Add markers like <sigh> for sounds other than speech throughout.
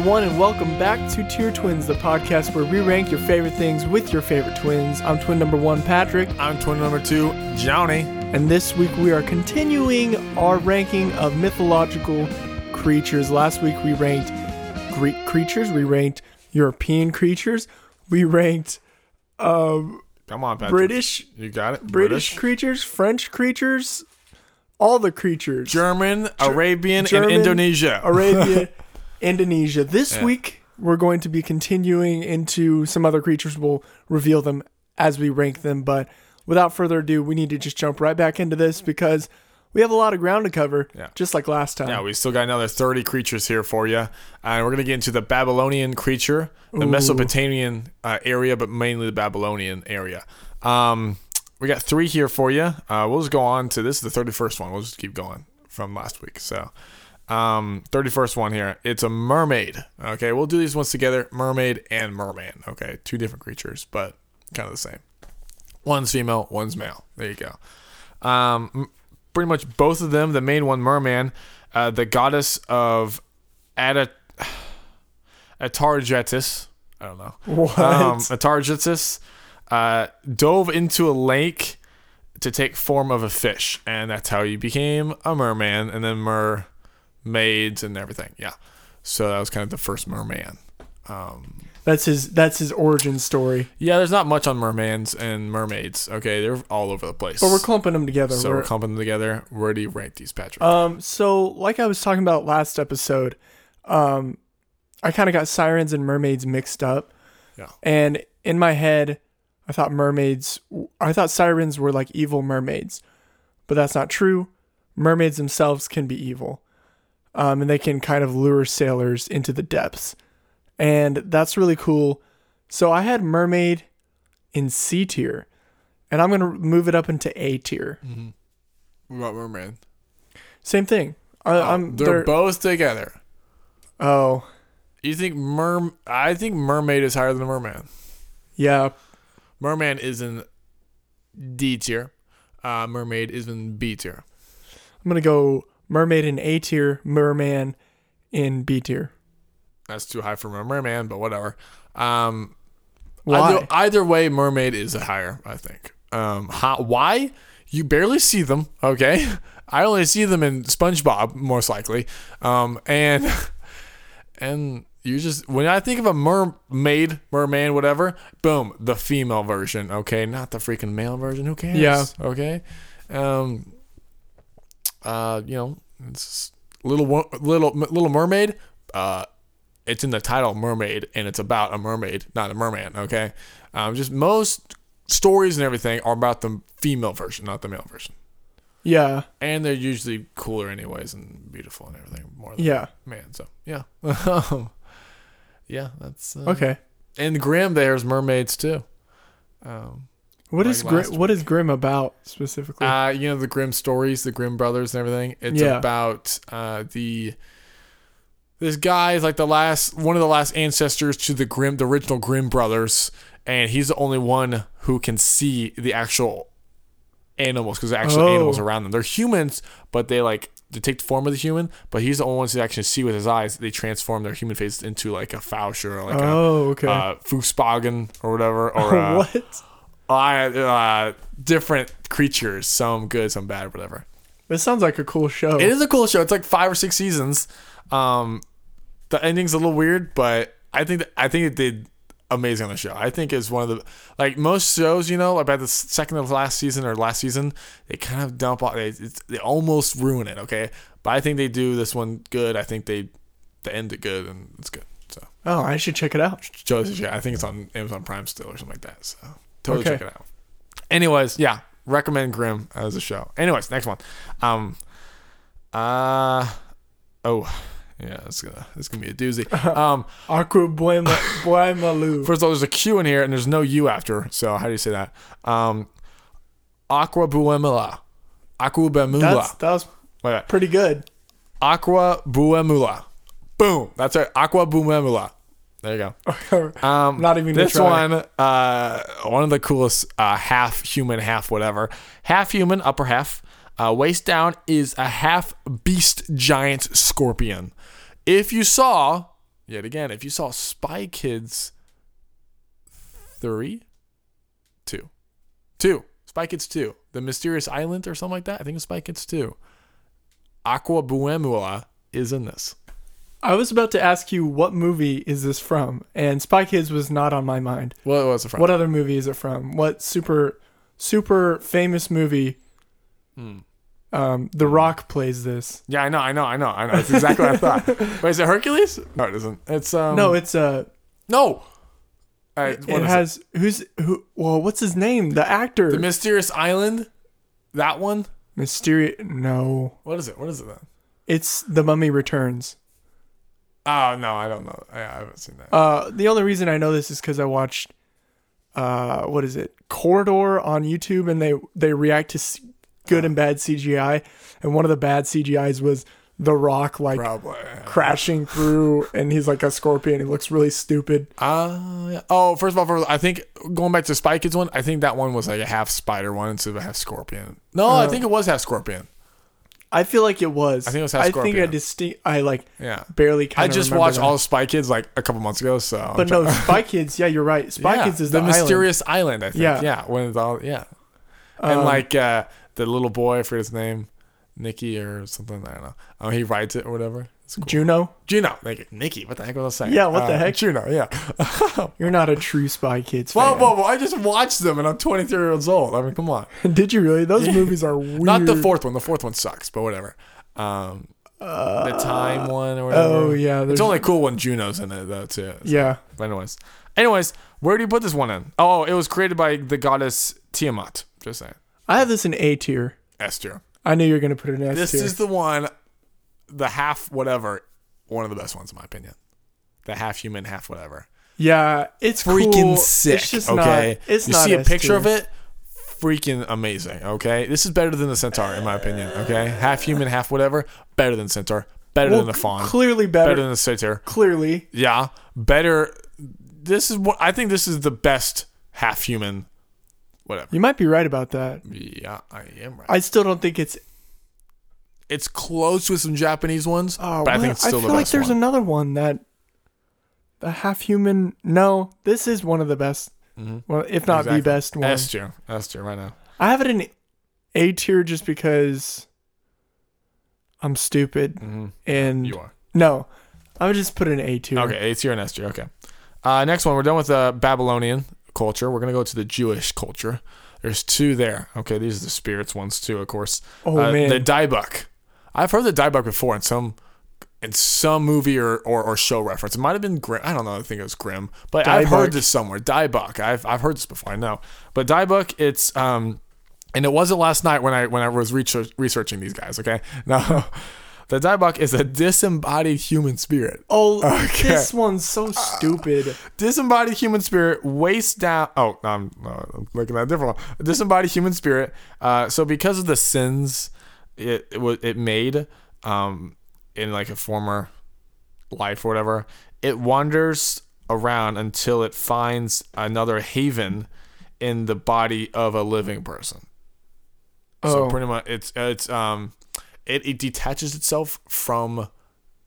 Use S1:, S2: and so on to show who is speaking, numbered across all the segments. S1: welcome back to Tier Twins, the podcast where we rank your favorite things with your favorite twins. I'm twin number one, Patrick,
S2: I'm twin number two, Johnny.
S1: and this week we are continuing our ranking of mythological creatures. Last week we ranked Greek creatures, we ranked European creatures, we ranked
S2: Come on, Patrick.
S1: British
S2: You got it.
S1: British creatures, French creatures, all the creatures.
S2: German, Arabian,
S1: German,
S2: and Indonesia. <laughs>
S1: Arabia, Indonesia. This week we're going to be continuing into some other creatures. We'll reveal them as we rank them, but without further ado, we need to just jump right back into this because we have a lot of ground to cover,
S2: Yeah.
S1: just like last time.
S2: yeah, we still got another 30 creatures here for you. And we're going to get into the Babylonian creature, the Mesopotamian uh, area, but mainly the Babylonian area. Um, we got three here for you. Uh, we'll just go on to this is the 31st one. We'll just keep going from last week. So, um, 31st one here. It's a mermaid. Okay, we'll do these ones together mermaid and merman. Okay, two different creatures, but kind of the same. One's female, one's male. There you go. Um, m- pretty much both of them. The main one, Merman, uh, the goddess of Ada, <sighs> Atargetis. I don't know.
S1: <laughs> What?
S2: Um, Atargetis uh, dove into a lake to take form of a fish, and that's how he became a merman, and then mermaids and everything. Yeah. So that was kind of the first merman. Um,
S1: That's his. That's his origin story.
S2: yeah, there's not much on mermans and mermaids. Okay, they're all over the place.
S1: But we're clumping them together.
S2: so
S1: We're-
S2: we're clumping them together. Where do you rank these, Patrick?
S1: Um, so like I was talking about last episode, um, I kind of got sirens and mermaids mixed up.
S2: Yeah.
S1: And in my head, I thought mermaids, I thought sirens were like evil mermaids, but that's not true. Mermaids themselves can be evil, um, and they can kind of lure sailors into the depths, and that's really cool. So I had mermaid in C tier, and I'm gonna move it up into A tier.
S2: Mm-hmm. What about merman?
S1: Same thing. I, I'm
S2: they're,
S1: they're-
S2: both together.
S1: oh.
S2: You think merm? I think mermaid is higher than merman.
S1: Yeah,
S2: Merman is in D tier. Uh, mermaid is in B tier.
S1: I'm gonna go mermaid in A tier, merman in B tier.
S2: That's too high for merman, but whatever. Um,
S1: Why?
S2: Either, either way, mermaid is higher. I think. Um, ho- why? You barely see them. Okay, <laughs> I only see them in SpongeBob, most likely. Um, and <laughs> and you just when I think of a mermaid, merman, whatever, boom, the female version. Okay, not the freaking male version. Who cares?
S1: Yeah.
S2: Okay. Um. Uh, you know, it's little Wo- little little mermaid. Uh, it's in the title mermaid and it's about a mermaid not a merman okay um, just most stories and everything are about the female version not the male version
S1: yeah,
S2: and they're usually cooler anyways and beautiful and everything more than
S1: yeah.
S2: man so
S1: <laughs>
S2: yeah yeah that's uh,
S1: Okay.
S2: and grim there's mermaids too um,
S1: What
S2: Like
S1: is Grim?
S2: last
S1: What is Grim about specifically?
S2: Uh, you know the Grimm stories, the Grimm brothers, and everything. It's
S1: Yeah.
S2: about uh, the this guy is like the last one of the last ancestors to the Grimm, the original Grimm brothers, and he's the only one who can see the actual animals because actual
S1: Oh.
S2: animals around them. They're humans, but they like they take the form of the human. But he's the only one who actually see with his eyes. They transform their human face into like a Faucher or like
S1: oh, okay. <laughs>
S2: a uh, Fuchsbogen or whatever or uh,
S1: what?
S2: I uh, different creatures, some good, some bad, whatever.
S1: This sounds like a cool show.
S2: It is a cool show. It's like five or six seasons. Um, the ending's a little weird, but I think that, I think it did amazing on the show. I think it's one of the like most shows, you know, about the s- second of last season or last season, they kind of dump on they it's, they almost ruin it. Okay, but I think they do this one good. I think they they end it good and it's good. So
S1: oh, I should check it out.
S2: Joe says, yeah, I think it's on Amazon Prime still or something like that. So totally
S1: Okay.
S2: check it out. Anyways, yeah, recommend Grimm as a show. Anyways, next one. Um, uh, oh, yeah, it's gonna it's gonna be
S1: <laughs>
S2: a doozy. Um,
S1: Aqua Buema
S2: <laughs>
S1: Buemalu.
S2: first of all, there's a Q in here and there's no U after. So how do you say that? Um, Aqua Buemula, Aqua
S1: That's
S2: Buemula.
S1: that was
S2: Wait, wait.
S1: pretty
S2: <laughs>
S1: good.
S2: Aqua Buemula. Boom. That's right. Aqua Buemula. There you go. Um,
S1: Not even gonna
S2: this
S1: try.
S2: one. Uh, one of the coolest. Uh, half human, half whatever. Half human, upper half. Uh, waist down is a half beast giant scorpion. If you saw yet again. If you saw Spy Kids 3, 2, 2, Spy Kids 2, The Mysterious Island or something like that, I think it's Spy Kids 2. Aqua Buemula is in this.
S1: I was about to ask you what movie is this from, and Spy Kids was not on my mind.
S2: Well, it was a front.
S1: What other movie is it from? What super super famous movie?
S2: Hmm.
S1: Um, the Rock plays this.
S2: Yeah, I know, I know, I know, I know. That's exactly what I
S1: <laughs>
S2: thought. Wait, is it Hercules? No, it isn't. It's um.
S1: No, it's uh,
S2: no. All right, what
S1: it
S2: is
S1: has who's who? Well, what's his name? The actor.
S2: The Mysterious Island. That one.
S1: Mysterious. No,
S2: What is it? What is it then?
S1: it's The Mummy Returns.
S2: Oh no, I don't know. I, I haven't seen that.
S1: Uh, the only reason I know this is because I watched, uh, what is it, Corridor on YouTube, and they they react to s- good and bad CGI, and one of the bad CGI's was The Rock like
S2: Probably.
S1: crashing through, and he's like a scorpion. He looks really stupid.
S2: Uh, yeah. oh, first of all, first, I think going back to Spy Kids one, I think that one was like a half spider one instead of a half scorpion. No,
S1: Uh,
S2: I think it was half scorpion.
S1: I feel like it was. I
S2: think it was half
S1: I think I
S2: scorpion.
S1: distinct. I like
S2: Yeah.
S1: barely. Kinda
S2: I just
S1: remember
S2: watched
S1: that.
S2: all of Spy Kids like a couple months ago, so.
S1: But no, Spy Kids. Yeah, you're right. Spy
S2: yeah,
S1: Kids is
S2: the,
S1: the, island.
S2: mysterious island. I think.
S1: Yeah.
S2: Yeah,
S1: Um,
S2: yeah. When it's all yeah, and like uh, the little boy, I forget his name, Nicky or something. I don't know. Oh, he rides it or whatever. It's cool.
S1: Juno.
S2: Juno, like Nicky. What the heck was I saying?
S1: Yeah, what the
S2: Uh,
S1: heck?
S2: Juno. Yeah. <laughs>
S1: You're not a true Spy Kids
S2: Whoa,
S1: fan.
S2: whoa, whoa! I just watched them, and I'm 23 years old. I mean, come on.
S1: <laughs> Did you really?
S2: <laughs>
S1: Those movies are weird.
S2: Not the fourth one. The fourth one sucks, but whatever. Um, the time one or whatever.
S1: Uh, Oh yeah,
S2: It's
S1: there's
S2: only cool when Juno's in it though too.
S1: yeah.
S2: But anyways, anyways, where do you put this one in? Oh, it was created by the goddess Tiamat. Just saying,
S1: I have this in A tier.
S2: S tier.
S1: I knew you were gonna put it in S
S2: This
S1: tier.
S2: is the one, the half whatever, one of the best ones in my opinion. The half human, half whatever.
S1: yeah, it's
S2: Freaking
S1: cool.
S2: sick.
S1: It's just
S2: okay,
S1: not. It's
S2: you
S1: not
S2: see a
S1: S
S2: picture
S1: tier.
S2: of it. Freaking amazing. Okay, this is better than the centaur in my opinion. Okay, half human, half whatever. Better than centaur. Better
S1: Well,
S2: than the fawn.
S1: Clearly better.
S2: better than the centaur.
S1: clearly,
S2: Yeah, better. This is what I think. This is the best half human, whatever.
S1: you might be right about that.
S2: Yeah, I am right.
S1: I still don't think it's.
S2: It's close with some Japanese ones,
S1: Oh,
S2: but Uh, I
S1: well,
S2: think it's still
S1: I feel
S2: the
S1: like
S2: best
S1: there's
S2: one.
S1: another one that. The half human. No, this is one of the best. Well, if not
S2: Mm-hmm. Exactly.
S1: the best one.
S2: S tier, S tier, right now.
S1: I have it in A tier just because I'm stupid and
S2: Mm-hmm. You are
S1: no, I would just put it in A tier.
S2: okay. A tier and S tier. Okay. Uh, next one. We're done with the Babylonian culture. We're gonna go to the Jewish culture. There's two there. Okay, these are the spirits ones too, of course.
S1: Oh,
S2: Uh,
S1: man.
S2: the diebuck. I've heard the diebuck before in some in some movie or, or, or show reference. It might have been Grimm. I don't know. I think it was Grimm, but I've heard
S1: Diebuck.
S2: this somewhere. Diebuck. I've I've heard this before. I know, but diebuck. It's um, and it wasn't last night when I when I was research, researching these guys. Okay, <laughs> no, the diebuck is a disembodied human spirit.
S1: Oh, this one's
S2: <laughs>
S1: so stupid.
S2: Disembodied human spirit waist down. Oh, I'm, uh, I'm looking at a different one. Disembodied human spirit. Uh, so because of the sins it it, wa- it made um, in like a former life or whatever, it wanders around until it finds another haven in the body of a living person. So
S1: Oh.
S2: pretty much, it's it's um, it, it detaches itself from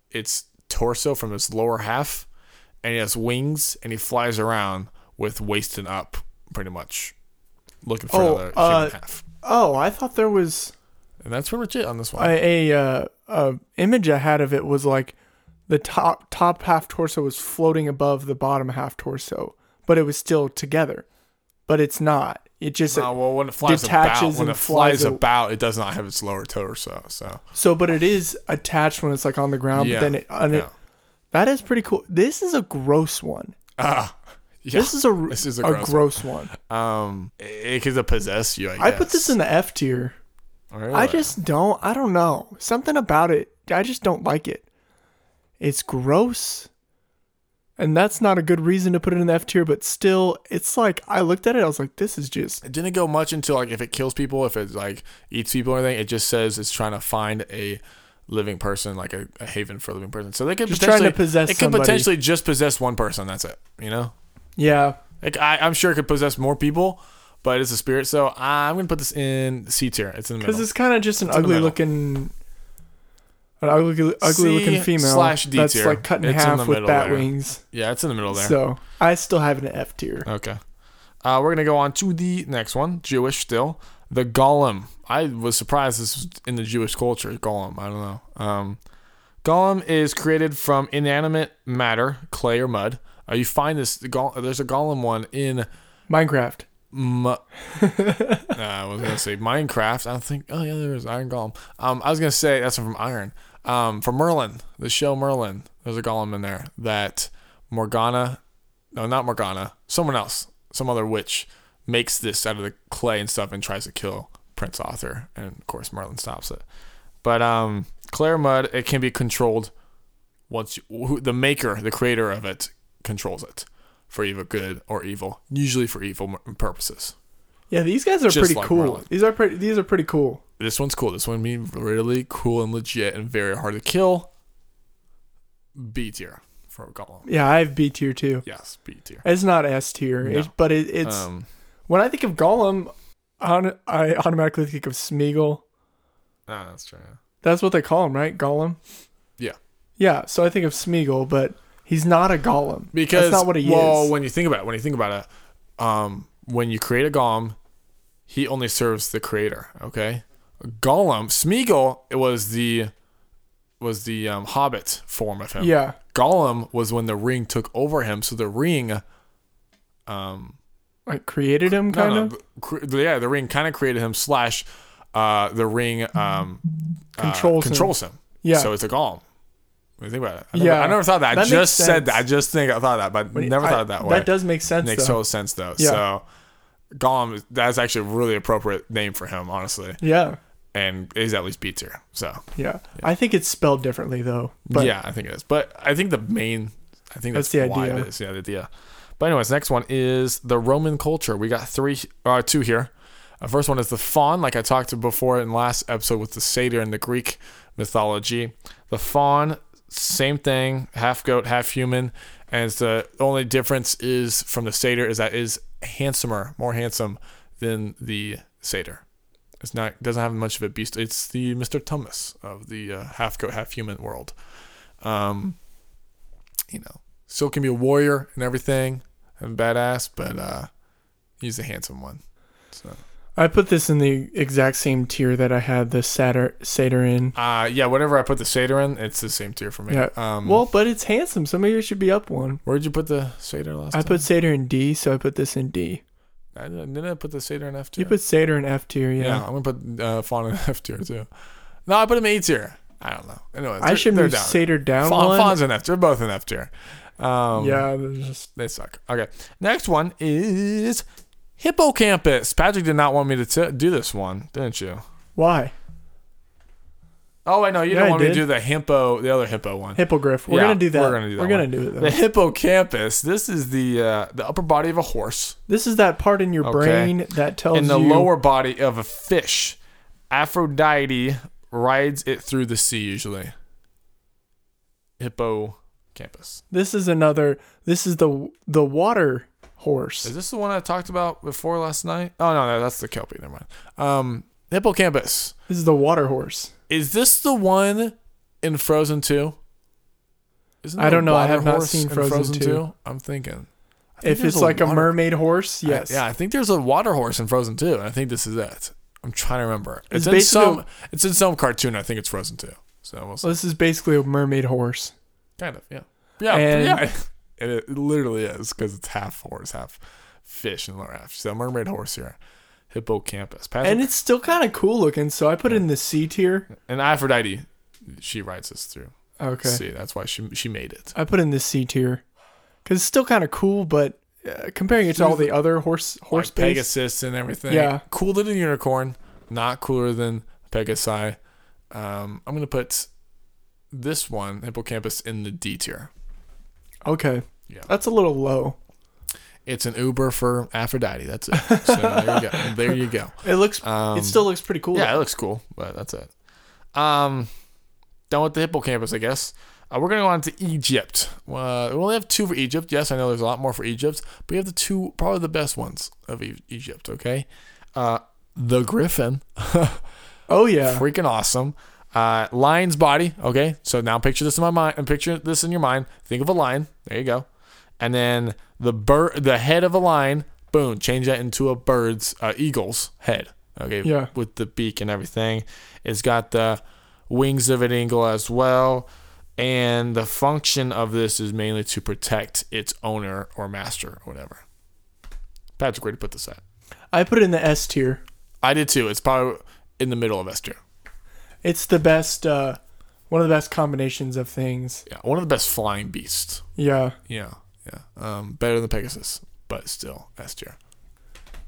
S2: its torso, from its lower half, and he has wings, and he flies around with wasting up, pretty much, looking for
S1: Oh,
S2: another
S1: uh,
S2: human half.
S1: Oh, I thought there was
S2: And that's pretty much it on this one.
S1: a, a, uh, a image I had of it was like the top top half torso was floating above the bottom half torso, but it was still together. But it's not. It just
S2: Uh, well, when it flies about,
S1: detaches
S2: when
S1: and
S2: it flies
S1: flies a-
S2: about, it does not have its lower torso. So
S1: so, but it is attached when it's like on the ground.
S2: yeah,
S1: but then it, and
S2: yeah.
S1: it that is pretty cool. This is a gross one.
S2: Ah, yeah.
S1: This is a r-
S2: This is a
S1: a
S2: gross
S1: gross,
S2: one.
S1: one.
S2: um, it could possess you. I, guess.
S1: I put this in the F tier.
S2: Really?
S1: I just don't. I don't know. Something about it. I just don't like it. It's gross. And that's not a good reason to put it in the F tier, but still, it's like I looked at it. I was like, this is just.
S2: it didn't go much into like if it kills people, if it like eats people or anything. It just says it's trying to find a living person, like a, a haven for a living person. So they could
S1: Just trying
S2: potentially
S1: to possess
S2: It could
S1: somebody.
S2: potentially just possess one person. That's it. You know,
S1: Yeah.
S2: like I, I'm sure it could possess more people, but it's a spirit. So I'm gonna put this in C tier. It's in the
S1: Because
S2: middle.
S1: it's kind of just an
S2: in the
S1: ugly
S2: middle.
S1: looking. an ugly, ugly looking
S2: C
S1: female
S2: slash D
S1: that's
S2: tier.
S1: like cut in
S2: It's in
S1: half
S2: the
S1: with
S2: middle
S1: bat
S2: there.
S1: wings.
S2: Yeah, it's in the middle there.
S1: So I still have an F tier.
S2: Okay. Uh, we're going to go on to the next one. Jewish still. The Golem. I was surprised this was in the Jewish culture. Golem. I don't know. Um, Golem is created from inanimate matter, clay or mud. Uh, you find this. The gol- there's a Golem one in.
S1: Minecraft.
S2: Mu- uh, I was gonna say Minecraft. I think. Oh yeah, there is Iron Golem. Um, I was gonna say that's from Iron. Um, from Merlin, the show Merlin. There's a golem in there that Morgana, no, not Morgana. Someone else, some other witch, makes this out of the clay and stuff and tries to kill Prince Arthur, and of course Merlin stops it. But um, Claire Mud, it can be controlled once you, who, the maker, the creator of it, controls it for either good or evil, usually for evil m- purposes.
S1: Yeah, these guys are
S2: Just
S1: pretty
S2: like
S1: cool.
S2: Merlin.
S1: These are pretty. These are pretty cool.
S2: This one's cool. This one being really cool and legit and very hard to kill. B tier for Golem.
S1: Yeah, I have B tier too.
S2: Yes, B tier.
S1: It's not S tier,
S2: No.
S1: it- but it, it's
S2: Um,
S1: when I think of Gollum, on, I automatically think of Smeagol.
S2: ah, that's true.
S1: That's what they call him, right? Gollum.
S2: Yeah.
S1: Yeah, so I think of Smeagol, but he's not a Gollum that's
S2: Because
S1: not what he
S2: well,
S1: is.
S2: when you think about it, when you think about it, um, when you create a golem, he only serves the creator. Okay, Golem Smeagol it was the was the um, Hobbit form of him.
S1: yeah,
S2: Gollum was when the ring took over him, so the ring, um,
S1: like created him
S2: no,
S1: kind
S2: no,
S1: of
S2: cr- yeah, the ring kind of created him. Slash, uh, the ring um uh,
S1: Controls him.
S2: controls him.
S1: Yeah.
S2: so it's a golem. When you think about it, I never,
S1: Yeah.
S2: I never thought that.
S1: That
S2: I
S1: makes
S2: just said that. I
S1: sense.
S2: just think I thought that, but never
S1: I-
S2: thought that way.
S1: That does make sense.
S2: Makes
S1: though.
S2: total sense though.
S1: Yeah.
S2: So, Gollum, that's actually a really appropriate name for him, honestly,
S1: Yeah,
S2: and is at least B tier. So,
S1: yeah, I think it's spelled differently though. But
S2: yeah, I think it is. But I think the main, I think
S1: That's
S2: that's,
S1: the
S2: why
S1: idea.
S2: it is. Yeah, the idea. But anyways, next one is the Roman culture. We got three, uh, two here. Uh, first one is the faun, like I talked before in last episode with the satyr in the Greek mythology. The faun, same thing, half goat, half human, and it's the only difference is from the satyr is that it is handsomer, more handsome than the satyr. It's not doesn't have much of a beast. It's the Mister Tumnus of the uh, half goat, half human world. Um, you know, still can be a warrior and everything and badass, but uh, he's a handsome one. So,
S1: I put this in the exact same tier that I had the satyr satyr in.
S2: uh, yeah, whatever I put the satyr in, it's the same tier for me.
S1: Yeah.
S2: Um,
S1: Well, but it's handsome, so maybe it should be up one.
S2: where'd you put the satyr last
S1: I
S2: time?
S1: put satyr in D, so I put this in D.
S2: I didn't, didn't I put the satyr in F tier?
S1: You put satyr in F tier, yeah.
S2: yeah. I'm gonna put uh, fawn in <laughs> F tier too. No, I put him in A tier. I don't know. Anyway,
S1: I should
S2: they're
S1: move
S2: down.
S1: satyr down
S2: Fawn,
S1: one.
S2: fawn's in F tier. They're both in F tier. Um,
S1: yeah, there's just
S2: They suck. Okay. Next one is Hippocampus. Patrick did not want me to t- do this one, didn't you?
S1: why
S2: Oh, wait, no, you
S1: Yeah,
S2: don't
S1: I
S2: want me
S1: did.
S2: to do the hippo, the other hippo one.
S1: hippogriff. We're
S2: Yeah,
S1: gonna do that.
S2: we're gonna do that
S1: We're gonna do it. Though.
S2: the <laughs> hippocampus. This is the uh, the upper body of a horse
S1: This is that part in your
S2: Okay.
S1: brain that tells
S2: and the
S1: you
S2: lower body of a fish. Aphrodite rides it through the sea usually. Hippocampus.
S1: this is another. This is the the water
S2: Is
S1: horse.
S2: this the one I talked about before last night? Oh no, no, that's the kelpie. Never mind. Um, hippocampus.
S1: This is the water horse.
S2: Is this the one in Frozen 2? Isn't
S1: I
S2: there a
S1: don't know. I
S2: water
S1: have not
S2: horse
S1: seen
S2: in
S1: Frozen 2.
S2: I'm thinking. I think
S1: If
S2: there's
S1: it's like a
S2: water-
S1: mermaid horse,
S2: I-
S1: yes.
S2: yeah, I think there's a water horse in Frozen 2, and I think this is it. I'm trying to remember.
S1: It's
S2: It's, in
S1: basically-
S2: some it's in some cartoon. I think it's Frozen 2. So we'll see.
S1: So this is basically a mermaid horse.
S2: kind of, yeah. Yeah,
S1: And-
S2: yeah. <laughs> It, it literally is because it's half horse, half fish, and lower half. So mermaid horse here. Hippocampus. Patrick,
S1: And
S2: and,
S1: it's still kind of cool looking, so I put it in the C tier.
S2: Aphrodite, she rides us through.
S1: Okay.
S2: See, that's why she she made it.
S1: I put in the C tier because it's still kind of cool, but uh, comparing it to all the other horse horse
S2: like
S1: based-
S2: Pegasus and everything.
S1: Yeah.
S2: cooler than unicorn, not cooler than Pegasi. Um, I'm gonna put this one hippocampus in the D tier.
S1: Okay,
S2: Yeah.
S1: that's a little low.
S2: It's an Uber for Aphrodite. That's
S1: <laughs>
S2: it. So there you go. There you go.
S1: It looks.
S2: Um,
S1: it still looks pretty cool.
S2: Yeah, it looks cool, but that's it. Um, done with the hippocampus, I guess. Uh, we're gonna go on to Egypt. Uh, we only have two for Egypt. Yes, I know there's a lot more for Egypt, but we have the two, probably the best ones of e- Egypt. Okay, uh, the griffin. <laughs>
S1: Oh yeah.
S2: freaking awesome. Uh, lion's body. Okay, so now picture this in my mind. And picture this in your mind. Think of a lion. There you go. And then the bird, the head of a lion. Boom. Change that into a bird's, uh, eagle's head. Okay.
S1: Yeah.
S2: With the beak and everything. It's got the wings of an eagle as well. And the function of this is mainly to protect its owner or master or whatever. Patrick, where did you put this at?
S1: I put it in the S tier.
S2: I did too. It's probably in the middle of S tier.
S1: It's the best, uh, one of the best combinations of things.
S2: Yeah, one of the best flying beasts.
S1: Yeah.
S2: Yeah, yeah. Um, better than Pegasus, but still S tier.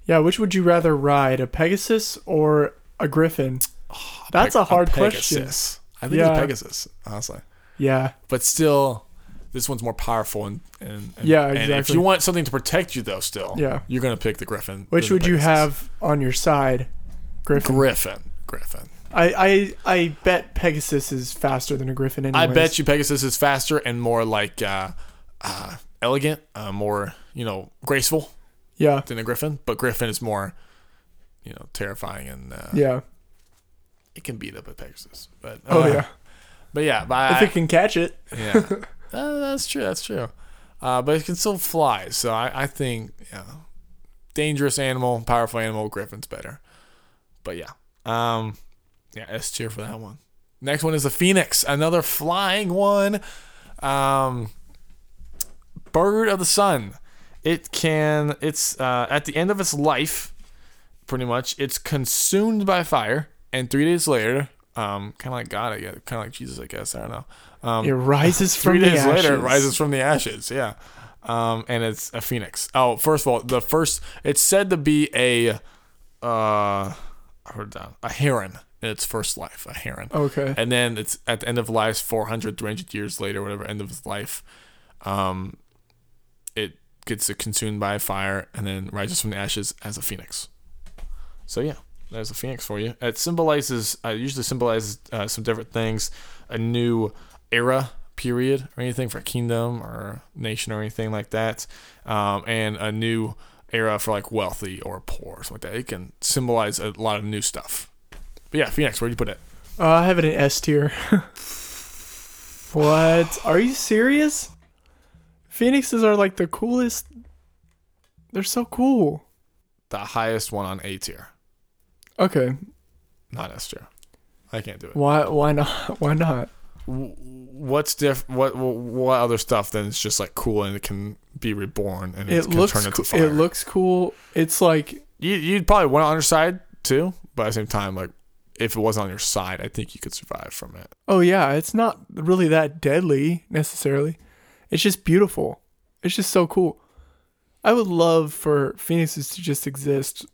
S1: Yeah. Which would you rather ride, a Pegasus or a Griffin?
S2: Oh,
S1: That's a hard question.
S2: Pegasus. I think
S1: Yeah.
S2: it's Pegasus, honestly.
S1: Yeah.
S2: But still, this one's more powerful and, and, and
S1: Yeah,
S2: And if
S1: exactly.
S2: you want something to protect you though, still,
S1: Yeah.
S2: you're gonna pick the Griffin.
S1: Which
S2: than the
S1: would you
S2: Pegasus.
S1: have on your side, Griffin?
S2: Griffin. Griffin.
S1: I, I I bet Pegasus is faster than a Griffin. Anyways.
S2: I bet you Pegasus is faster and more like uh, uh, elegant, uh, more you know graceful
S1: Yeah.
S2: than a Griffin. But Griffin is more, you know, terrifying and uh,
S1: Yeah.
S2: it can beat up a Pegasus. But
S1: Oh
S2: uh,
S1: yeah.
S2: but yeah, but I,
S1: If it can catch it.
S2: yeah, Uh, that's true. That's true. Uh, but it can still fly, so I, I think yeah, dangerous animal, powerful animal, Griffin's better. But yeah, um, yeah, S tier for that one. Next one is the Phoenix, another flying one. Um, bird of the sun. It can. It's uh, at the end of its life, pretty much. It's consumed by fire, and three days later, um, kind of like God, I guess, kind of like Jesus, I guess. I don't know. Um,
S1: It
S2: <laughs>
S1: rises from
S2: three
S1: the
S2: days
S1: ashes.
S2: later it rises from the ashes yeah um, and it's a phoenix oh first of all the first it's said to be a uh I wrote it down a heron in its first life a heron
S1: Okay.
S2: and then it's at the end of life 400 300 years later whatever end of its life um it gets consumed by fire and then rises from the ashes as a phoenix so yeah, there's a phoenix for you. It symbolizes, uh, usually symbolizes uh, some different things, a new era, period, or anything for a kingdom or nation or anything like that, um, and a new era for like wealthy or poor or something like that. It can symbolize a lot of new stuff. But yeah, phoenix, where do you put it?
S1: Uh, I have it in S tier. <laughs> what? Are you serious? Phoenixes are like the coolest. They're so cool.
S2: The highest one on A tier,
S1: Okay.
S2: not S tier. I can't do it.
S1: Why? Why not? <laughs> Why not?
S2: W- What's diff? What what other stuff then is just like cool and it can be reborn and it,
S1: It
S2: can
S1: looks.
S2: turn into
S1: coo-
S2: fire?
S1: It looks cool. It's like.
S2: you, you'd probably want it on your side too, but at the same time, like if it wasn't on your side, I think you could survive from it.
S1: Oh yeah. It's not really that deadly necessarily. It's just beautiful. It's just so cool. I would love for phoenixes to just exist,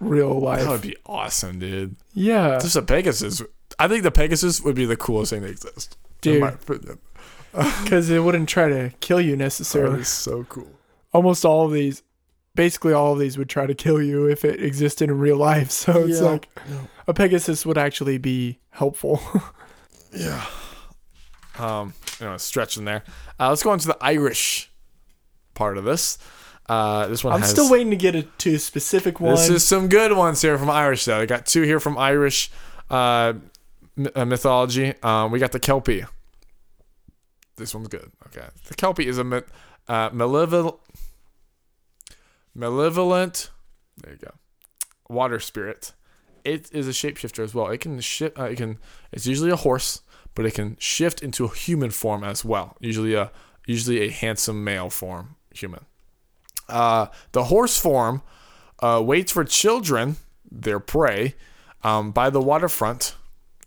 S1: real
S2: That would
S1: life.
S2: be awesome, dude.
S1: Yeah.
S2: Just a Pegasus. I think the Pegasus would be the coolest thing that exists.
S1: Dude.
S2: In my opinion.
S1: because it wouldn't try to kill you
S2: That
S1: necessarily.
S2: is so cool.
S1: Almost all of these, basically all of these, would try to kill you if it existed in real life. <laughs> So it's
S2: Yeah.
S1: like a Pegasus would actually be helpful. <laughs>
S2: Yeah. Um, you know, stretching there. Uh, let's go on to the Irish part of this. Uh, this one
S1: I'm
S2: has,
S1: still waiting to get a, to a specific one.
S2: This is some good ones here from Irish, though. I got two here from Irish uh, m- uh, mythology. Um, we got the Kelpie. This one's good. Okay. The Kelpie is a ma- uh, malevol- malevolent. There you go. Water spirit. It is a shapeshifter as well. It can shift. Uh, it can. It's usually a horse, but it can shift into a human form as well. Usually a usually a handsome male form human. Uh, the horse form uh, waits for children, their prey, um, by the waterfront.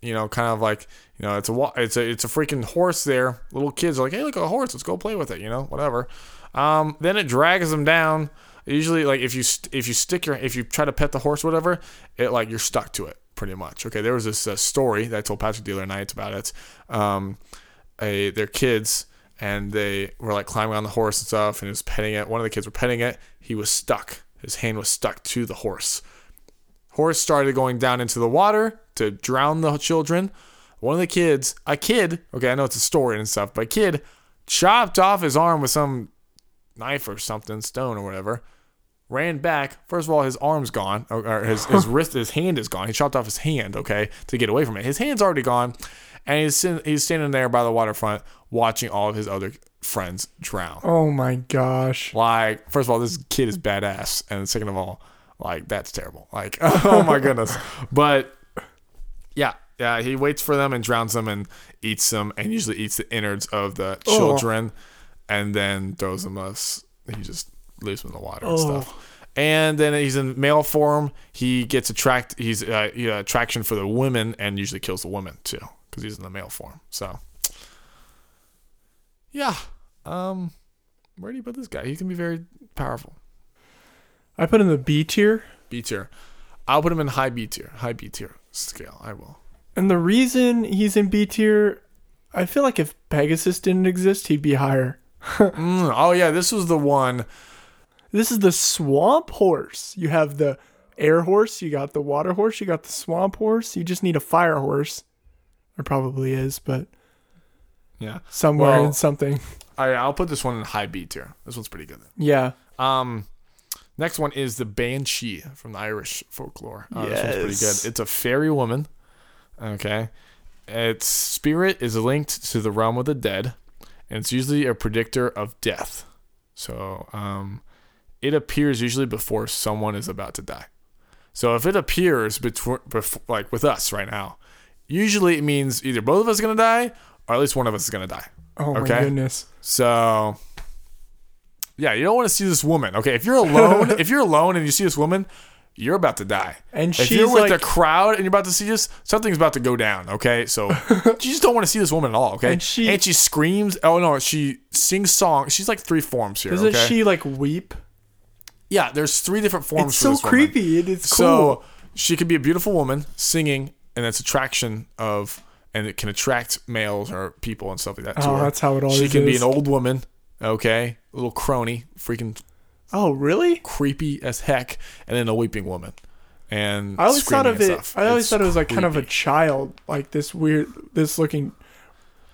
S2: You know, kind of like you know, it's a wa- it's a it's a freaking horse there. Little kids are like, hey, look a horse. Let's go play with it. You know, whatever. Um, then it drags them down. Usually, like if you st- if you stick your if you try to pet the horse, or whatever, it like you're stuck to it pretty much. Okay, there was this uh, story that I told Patrick the other night about it. Um, a their kids and they were like climbing on the horse and stuff and he was petting it. One of the kids were petting it. He was stuck. His hand was stuck to the horse. Horse started going down into the water to drown the children. One of the kids, a kid, okay, I know it's a story and stuff, but a kid chopped off his arm with some knife or something, stone or whatever. ran back. First of all, his arm's gone, or, or his, his wrist, his hand is gone. He chopped off his hand, okay, to get away from it. His hand's already gone, and he's sin- he's standing there by the waterfront watching all of his other friends drown.
S1: Oh my gosh.
S2: Like, first of all, this kid is badass, and second of all, like that's terrible. Like, <laughs> oh my goodness. But yeah, yeah, he waits for them and drowns them and eats them, and usually eats the innards of the children, and then throws them us. He just leaves them in the water and stuff. And then he's in male form. He gets attract. He's uh, he, uh, attraction for the women, and usually kills the women too, because he's in the male form. So, yeah. Um, where do you put this guy? He can be very powerful.
S1: I put in the B tier.
S2: B tier. I'll put him in high B tier. High B tier scale. I will.
S1: And the reason he's in B tier, I feel like if Pegasus didn't exist, he'd be higher.
S2: Mm, oh yeah, this was the one.
S1: This is the swamp horse. You have the air horse, you got the water horse, you got the swamp horse. You just need a fire horse. There probably is, but
S2: Yeah.
S1: somewhere
S2: Well-
S1: in something.
S2: I I'll put this one in high B tier. This one's pretty good.
S1: Yeah.
S2: Um, next one is the banshee from the Irish folklore. Uh, This one's pretty
S1: Yes.
S2: good. It's a fairy woman. Okay, its spirit is linked to the realm of the dead, and it's usually a predictor of death. So, um, it appears usually before someone is about to die. So if it appears between, before, like with us right now, usually it means either both of us are gonna die, or at least one of us is gonna die.
S1: Oh my
S2: Okay.
S1: goodness.
S2: So yeah, you don't want to see this woman. Okay, if you're
S1: <laughs>
S2: alone, if you're alone and you see this woman, you're about to die.
S1: And
S2: if
S1: she's
S2: you're with
S1: like-
S2: a crowd and you're about to see this, something's about to go down.
S1: <laughs>
S2: Okay, so you just don't want to see this woman at all. Okay,
S1: And she-
S2: screams. Oh no, she sings songs. She's like three forms here.
S1: Doesn't
S2: okay,
S1: she like weep?
S2: yeah, there's three different forms.
S1: It's
S2: for
S1: so
S2: this woman.
S1: creepy. It is
S2: So
S1: cool.
S2: she could be a beautiful woman singing, and that's attraction of, and it can attract males or people and stuff like that. to
S1: Oh,
S2: her.
S1: that's how it
S2: She
S1: always
S2: can be
S1: is.
S2: an old woman, okay, a little crony, freaking
S1: Oh really?
S2: creepy as heck, and then a weeping woman. And
S1: I always thought
S2: screaming
S1: of
S2: and
S1: it.
S2: stuff.
S1: I always
S2: It's
S1: thought it was like kind of a
S2: creepy.
S1: child, like this weird, this looking,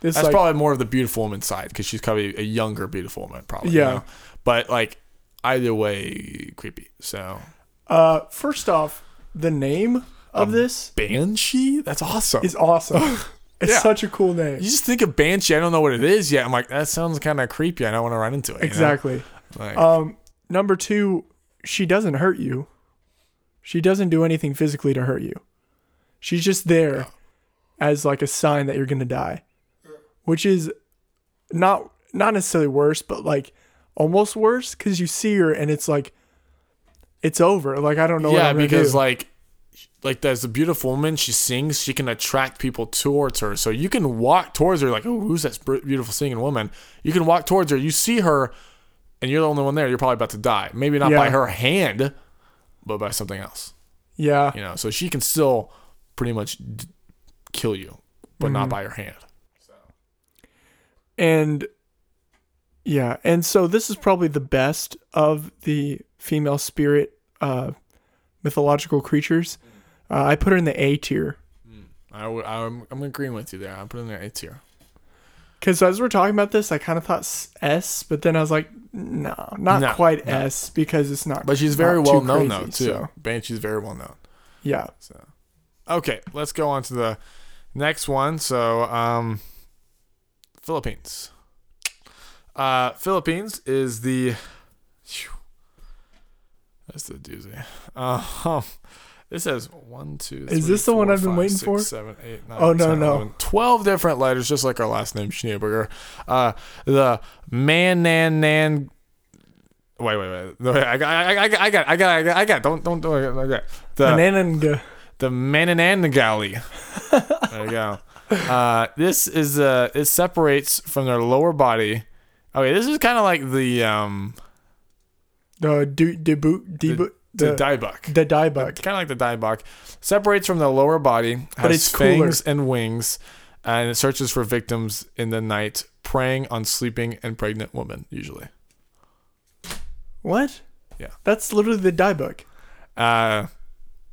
S1: this
S2: That's
S1: like
S2: probably more of the beautiful woman side because she's probably a younger beautiful woman, probably. you
S1: Yeah.
S2: know? But like either way, creepy. So
S1: Uh, first off, the name
S2: Um,
S1: of this
S2: banshee, that's awesome.
S1: is
S2: <laughs>
S1: awesome. It's
S2: Yeah.
S1: such a cool name.
S2: you just think of banshee. I don't know what it is yet. I'm like that sounds kind of creepy. I don't want to run into it. you know?
S1: exactly.
S2: Like,
S1: Um, number two, she doesn't hurt you. She doesn't do anything physically to hurt you. She's just there as like a sign that you're gonna die, which is not not necessarily worse, but like almost worse because you see her and it's like it's over. Like I don't know. what
S2: yeah,
S1: I'm gonna
S2: because
S1: do.
S2: like like there's a beautiful woman. She sings. She can attract people towards her. So you can walk towards her like, oh, who's that br- beautiful singing woman? You can walk towards her. You see her, and you're the only one there. You're probably about to die. Maybe not by
S1: Yeah.
S2: her hand, but by something else.
S1: yeah,
S2: You know. So she can still pretty much d- kill you, but
S1: Mm-hmm.
S2: not by her hand.
S1: and yeah and so this is probably the best of the female spirit uh mythological creatures uh, i put her in the a tier
S2: I w- I'm, I'm agreeing with you there. I'm putting there A tier.
S1: because as we're talking about this i kind of thought s- s but then i was like no not
S2: No,
S1: quite
S2: no.
S1: s because it's not
S2: But she's very
S1: not too
S2: well known though
S1: crazy,
S2: too.
S1: so,
S2: Banshee's very well known.
S1: yeah
S2: So, okay, let's go on to the next one. So, um, Philippines. Uh, Philippines is the. Phew. that's the doozy. Uh, this has one, two.
S1: Is
S2: three,
S1: this the one
S2: four,
S1: I've been
S2: five,
S1: waiting
S2: six,
S1: for?
S2: seven, eight, nine,
S1: Oh, no,
S2: 10,
S1: no.
S2: 11, Twelve different letters, just like our last name Schneeberger. Uh, the man, nan, nan. Wait, wait, wait. No, I got, I got, I got, I got, I got, I got. Don't, don't, don't. Okay. The
S1: Anananga. <laughs>
S2: the Mananangali. there you go. Uh, this is uh, it separates from their lower body. Okay, this is kind of like the um
S1: the du- debut debut
S2: the,
S1: the
S2: dieback.
S1: the dieback
S2: Kind of like the dieback. Separates from the lower body, has
S1: But it's cooler.
S2: fangs and wings, and it searches for victims in the night, preying on sleeping and pregnant women usually.
S1: what
S2: Yeah.
S1: that's literally the dieback
S2: Uh,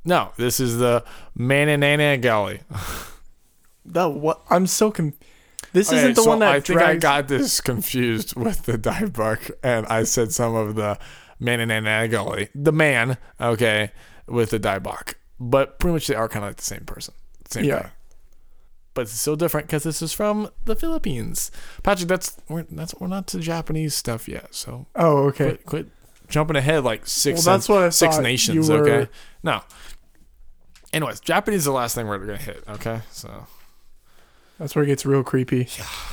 S2: no, this is the Mananangali.
S1: that what i'm so com- this
S2: Okay,
S1: isn't the
S2: so
S1: one that
S2: I think I <laughs>
S1: drags-
S2: got this confused with the dive buck, and I said some of the Manananagoli, the man, okay, with the Daibak. But pretty much they are kind of like the same person. Same
S1: Yeah.
S2: thing. But it's still different because this is from the Philippines. Patrick, that's we're that's we're not to Japanese stuff yet, so
S1: Oh, okay.
S2: quit, quit jumping ahead like six
S1: Well, that's
S2: and-
S1: what I
S2: six
S1: thought
S2: nations,
S1: you were-
S2: okay? No. Anyways, Japanese is the last thing we're gonna hit, okay? So
S1: That's where it gets real creepy.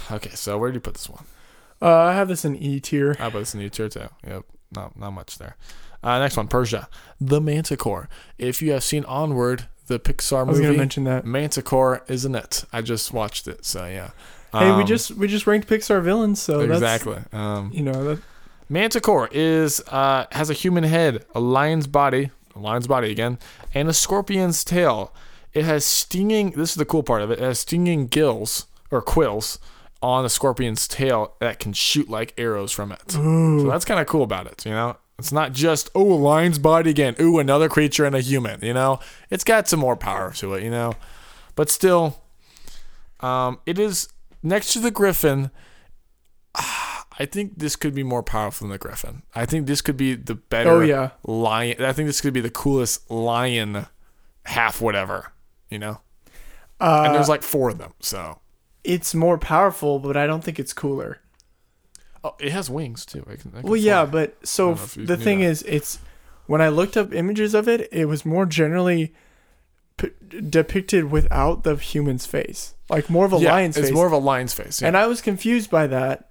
S2: okay, so where do you put this one?
S1: Uh, I have this in E tier.
S2: How about this new tier too? Yep. Not not much there. Uh, next one, Persia. The Manticore. If you have seen Onward, the Pixar
S1: I was gonna
S2: movie Mm,
S1: mention that.
S2: Manticore is in it. I just watched it, so yeah.
S1: Hey, we
S2: Um,
S1: just we just ranked Pixar villains, so that's
S2: Exactly. Um,
S1: you know that
S2: Manticore is uh, has a human head, a lion's body, a lion's body again, and a scorpion's tail. It has stinging. This is the cool part of it. It has stinging gills or quills on the scorpion's tail that can shoot like arrows from it. So that's kind of cool about it. You know, it's not just oh a lion's body again. Ooh, another creature and a human. You know, it's got some more power to it. You know, but still, um, it is next to the griffin. <sighs> I think this could be more powerful than the Griffin. I think this could be the better
S1: Oh, yeah.
S2: lion. I think this could be the coolest lion half whatever, you know? and
S1: uh,
S2: there's like four of them, so.
S1: it's more powerful, but I don't think it's cooler.
S2: Oh, it has wings too. I can, I can
S1: Well,
S2: fly.
S1: yeah, but so
S2: don't know
S1: f-
S2: if you
S1: the
S2: knew
S1: thing
S2: that.
S1: is, it's when I looked up images of it, it was more generally p- depicted without the human's face, like more of a
S2: Yeah,
S1: lion's
S2: it's
S1: face.
S2: more of a lion's face. Yeah.
S1: and I was confused by that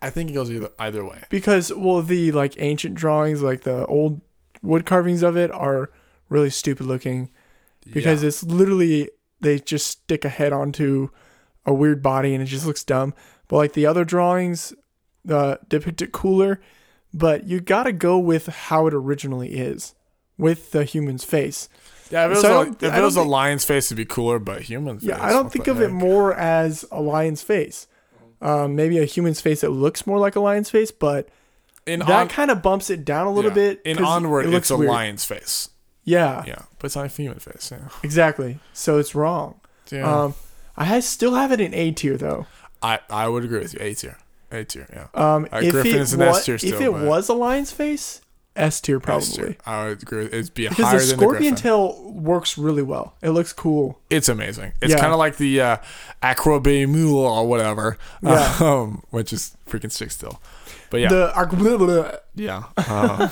S2: I think it goes either, either way.
S1: because, well, the like ancient drawings, like the old wood carvings of it, are really stupid looking because it's literally they just stick a head onto a weird body and it just looks dumb. But like the other drawings, uh, depict it cooler. But you gotta go with how it originally is, with the human's face.
S2: yeah, if it was,
S1: so I
S2: a,
S1: don't-
S2: if
S1: I
S2: it
S1: don't
S2: was a
S1: think-
S2: lion's face, it'd be cooler, but human face.
S1: Yeah, I don't
S2: what
S1: think
S2: the
S1: of it
S2: heck?
S1: more as a lion's face. Um, maybe a human's face that looks more like a lion's face, but
S2: In
S1: that kind of bumps it down a little bit.
S2: In
S1: 'cause
S2: Onward,
S1: it looks
S2: it's a
S1: weird.
S2: lion's face.
S1: Yeah,
S2: Yeah, but it's not a human face. Yeah.
S1: exactly. So it's wrong.
S2: yeah.
S1: Um, I ha- still have it in A tier though.
S2: I, I would agree with you. A tier. A tier, yeah.
S1: Um,
S2: Uh,
S1: if
S2: Griffin
S1: it,
S2: is an
S1: wa-
S2: S tier still,
S1: if it
S2: but-
S1: was a lion's face, S tier
S2: S tier.
S1: probably.
S2: I would agree. with- It'd be
S1: Because
S2: higher
S1: the
S2: than the
S1: scorpion
S2: Griffin.
S1: tail works really well. It looks cool.
S2: it's amazing. It's
S1: Yeah.
S2: kind of like the uh, Acrobat Mule or whatever,
S1: Yeah.
S2: <laughs> um, which is freaking sick still. But yeah,
S1: The arc- <laughs> blah, blah.
S2: <laughs> yeah, uh,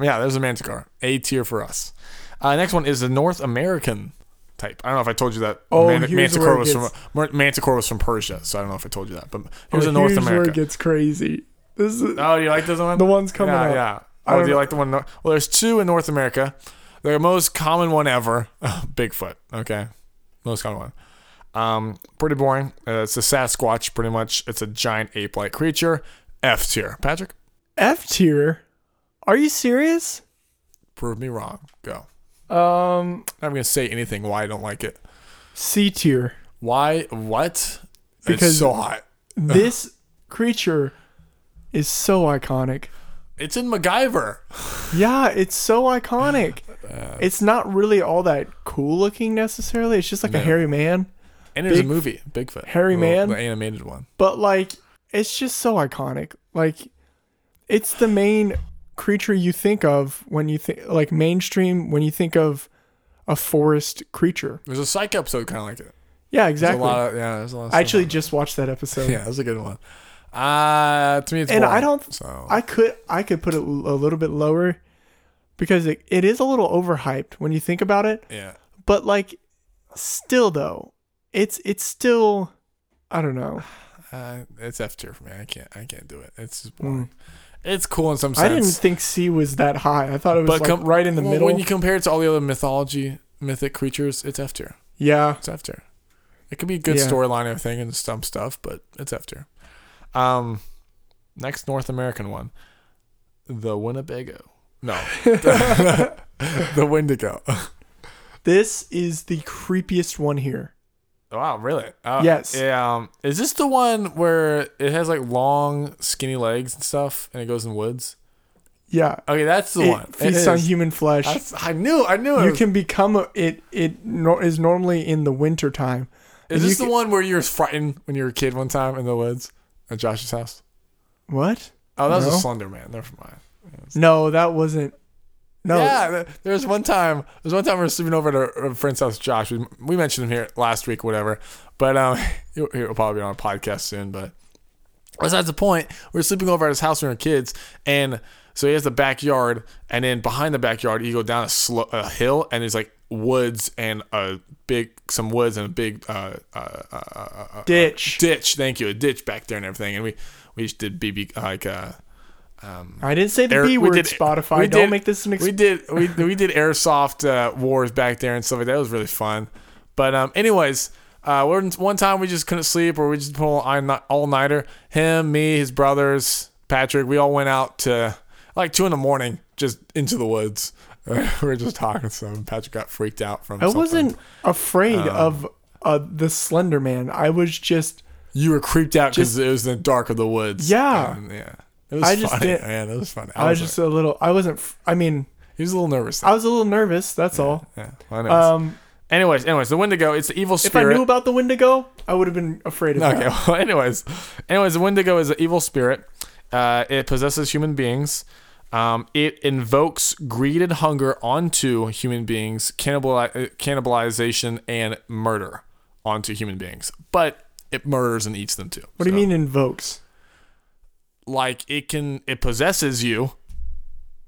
S2: yeah. There's a Manticore, A tier for us. Uh, next one is the North American type. I don't know if I told you that.
S1: Oh,
S2: Man-
S1: here's where
S2: Manticore
S1: it
S2: was from
S1: gets-
S2: Mar- Manticore was from Persia, so I don't know if I told you that. But
S1: Oh,
S2: here's a North
S1: where it
S2: America.
S1: gets crazy. This is
S2: Oh, you like this one?
S1: the one's coming
S2: yeah,
S1: up.
S2: Yeah.
S1: I
S2: Oh,
S1: don't
S2: do you
S1: know.
S2: like the one? in Nor- Well, there's two in North America. The most common one ever, <laughs> Bigfoot. Okay, most common one. Um, pretty boring. Uh, it's a Sasquatch, pretty much. It's a giant ape-like creature. F tier. Patrick,
S1: F tier. Are you serious?
S2: prove me wrong. Go.
S1: Um,
S2: I'm not gonna say anything why I don't like it.
S1: C tier.
S2: <laughs> Why? What?
S1: Because-
S2: it's so hot.
S1: This creature is so iconic.
S2: It's in MacGyver.
S1: Yeah, it's so
S2: <laughs>
S1: iconic. it's not really all that cool looking necessarily. It's just like a
S2: No.
S1: hairy man.
S2: And there's
S1: Big-
S2: a movie, Bigfoot.
S1: Hairy
S2: The-
S1: man?
S2: the animated one.
S1: but like it's just so iconic like it's the main creature you think of when you think like mainstream when you think of a forest creature
S2: There's a Psych episode kind of like it.
S1: yeah
S2: There's a
S1: exactly
S2: lot of- yeah, there's a lot. Of
S1: i
S2: stuff
S1: actually
S2: on it.
S1: just watched that episode
S2: yeah, that's a good one. Uh to me, it's
S1: And I
S2: boring,
S1: don't-
S2: So
S1: i could i could put it l- a little bit lower because it, it is a little overhyped when you think about it
S2: yeah,
S1: but like still though it's it's still i don't know
S2: uh, it's F tier for me. I can't. I can't do it. It's just boring. It's cool in some sense.
S1: Hmm. i didn't think c was that high i thought it was like
S2: com-
S1: right in the
S2: well,
S1: middle
S2: When you compare it to all the other mythology, mythic creatures, it's F tier.
S1: yeah
S2: It's F tier. It could be a good
S1: Yeah.
S2: storyline and everything and some stuff, but it's F tier. Um, next North American one, the Winnebago.
S1: <laughs>
S2: No, <laughs> the, the Wendigo.
S1: this is the creepiest one here
S2: Wow, really? Uh,
S1: Yes.
S2: Yeah. Um, is this the one where it has like long, skinny legs and stuff, and it goes in woods?
S1: Yeah.
S2: Okay, that's the
S1: it
S2: one. It
S1: feasts on
S2: is.
S1: human flesh.
S2: That's- I knew. I knew.
S1: you
S2: It was,
S1: can become a, it. It nor, is normally in the winter time.
S2: is
S1: you
S2: this
S1: can-
S2: the one where you were frightened when you were a kid one time in the woods at Josh's house?
S1: What?
S2: Oh, that was
S1: No.
S2: a Slender Man. Never mind. times.
S1: No, that wasn't. No.
S2: Yeah, th- there was one time. There was one time we were sleeping over at a, a friend's house, Josh. We, we mentioned him here last week, whatever. But um, <laughs> he'll, he'll probably be on a podcast soon. But besides the point, we were sleeping over at his house when we were kids, and so he has the backyard, and then behind the backyard, you go down a, slo- a hill, and there's like woods and a big some woods and a big uh, uh, uh, uh, uh,
S1: Ditch.
S2: ditch. Thank you, a ditch back there and everything. And we we just did BB like uh
S1: I didn't say the
S2: air-
S1: B
S2: we
S1: word,
S2: did-
S1: Spotify.
S2: we
S1: Don't
S2: did-
S1: make this an
S2: we
S1: excuse.
S2: did we, we did airsoft uh, wars back there and stuff like that. It was really fun. But um, anyways, uh, one one time we just couldn't sleep, or we just pulled an all nighter. Him, me, his brothers, Patrick. We all went out to like two in the morning, just into the woods. <laughs> we were just talking some. Patrick got freaked out from.
S1: I wasn't afraid
S2: Um,
S1: of uh, the Slender Man. I was just.
S2: You were creeped out because it was in the dark of the woods.
S1: Yeah.
S2: And, yeah. It was
S1: I just
S2: funny,
S1: didn't-
S2: man. It was funny.
S1: I was just a little. I wasn't. f- I mean,
S2: he was a little nervous.
S1: I was a little nervous. That's all.
S2: yeah. Well, anyways.
S1: Um,
S2: anyways, anyways, the Wendigo. It's the evil
S1: if
S2: spirit.
S1: I knew about the Wendigo, I would have been afraid of that.
S2: Okay. Well, anyways, anyways, the Wendigo is an evil spirit. Uh, it possesses human beings. Um, it invokes greed and hunger onto human beings, cannibali- uh, cannibalization and murder onto human beings. But it murders and eats them too.
S1: What do you mean invokes?
S2: Like it can, it possesses you.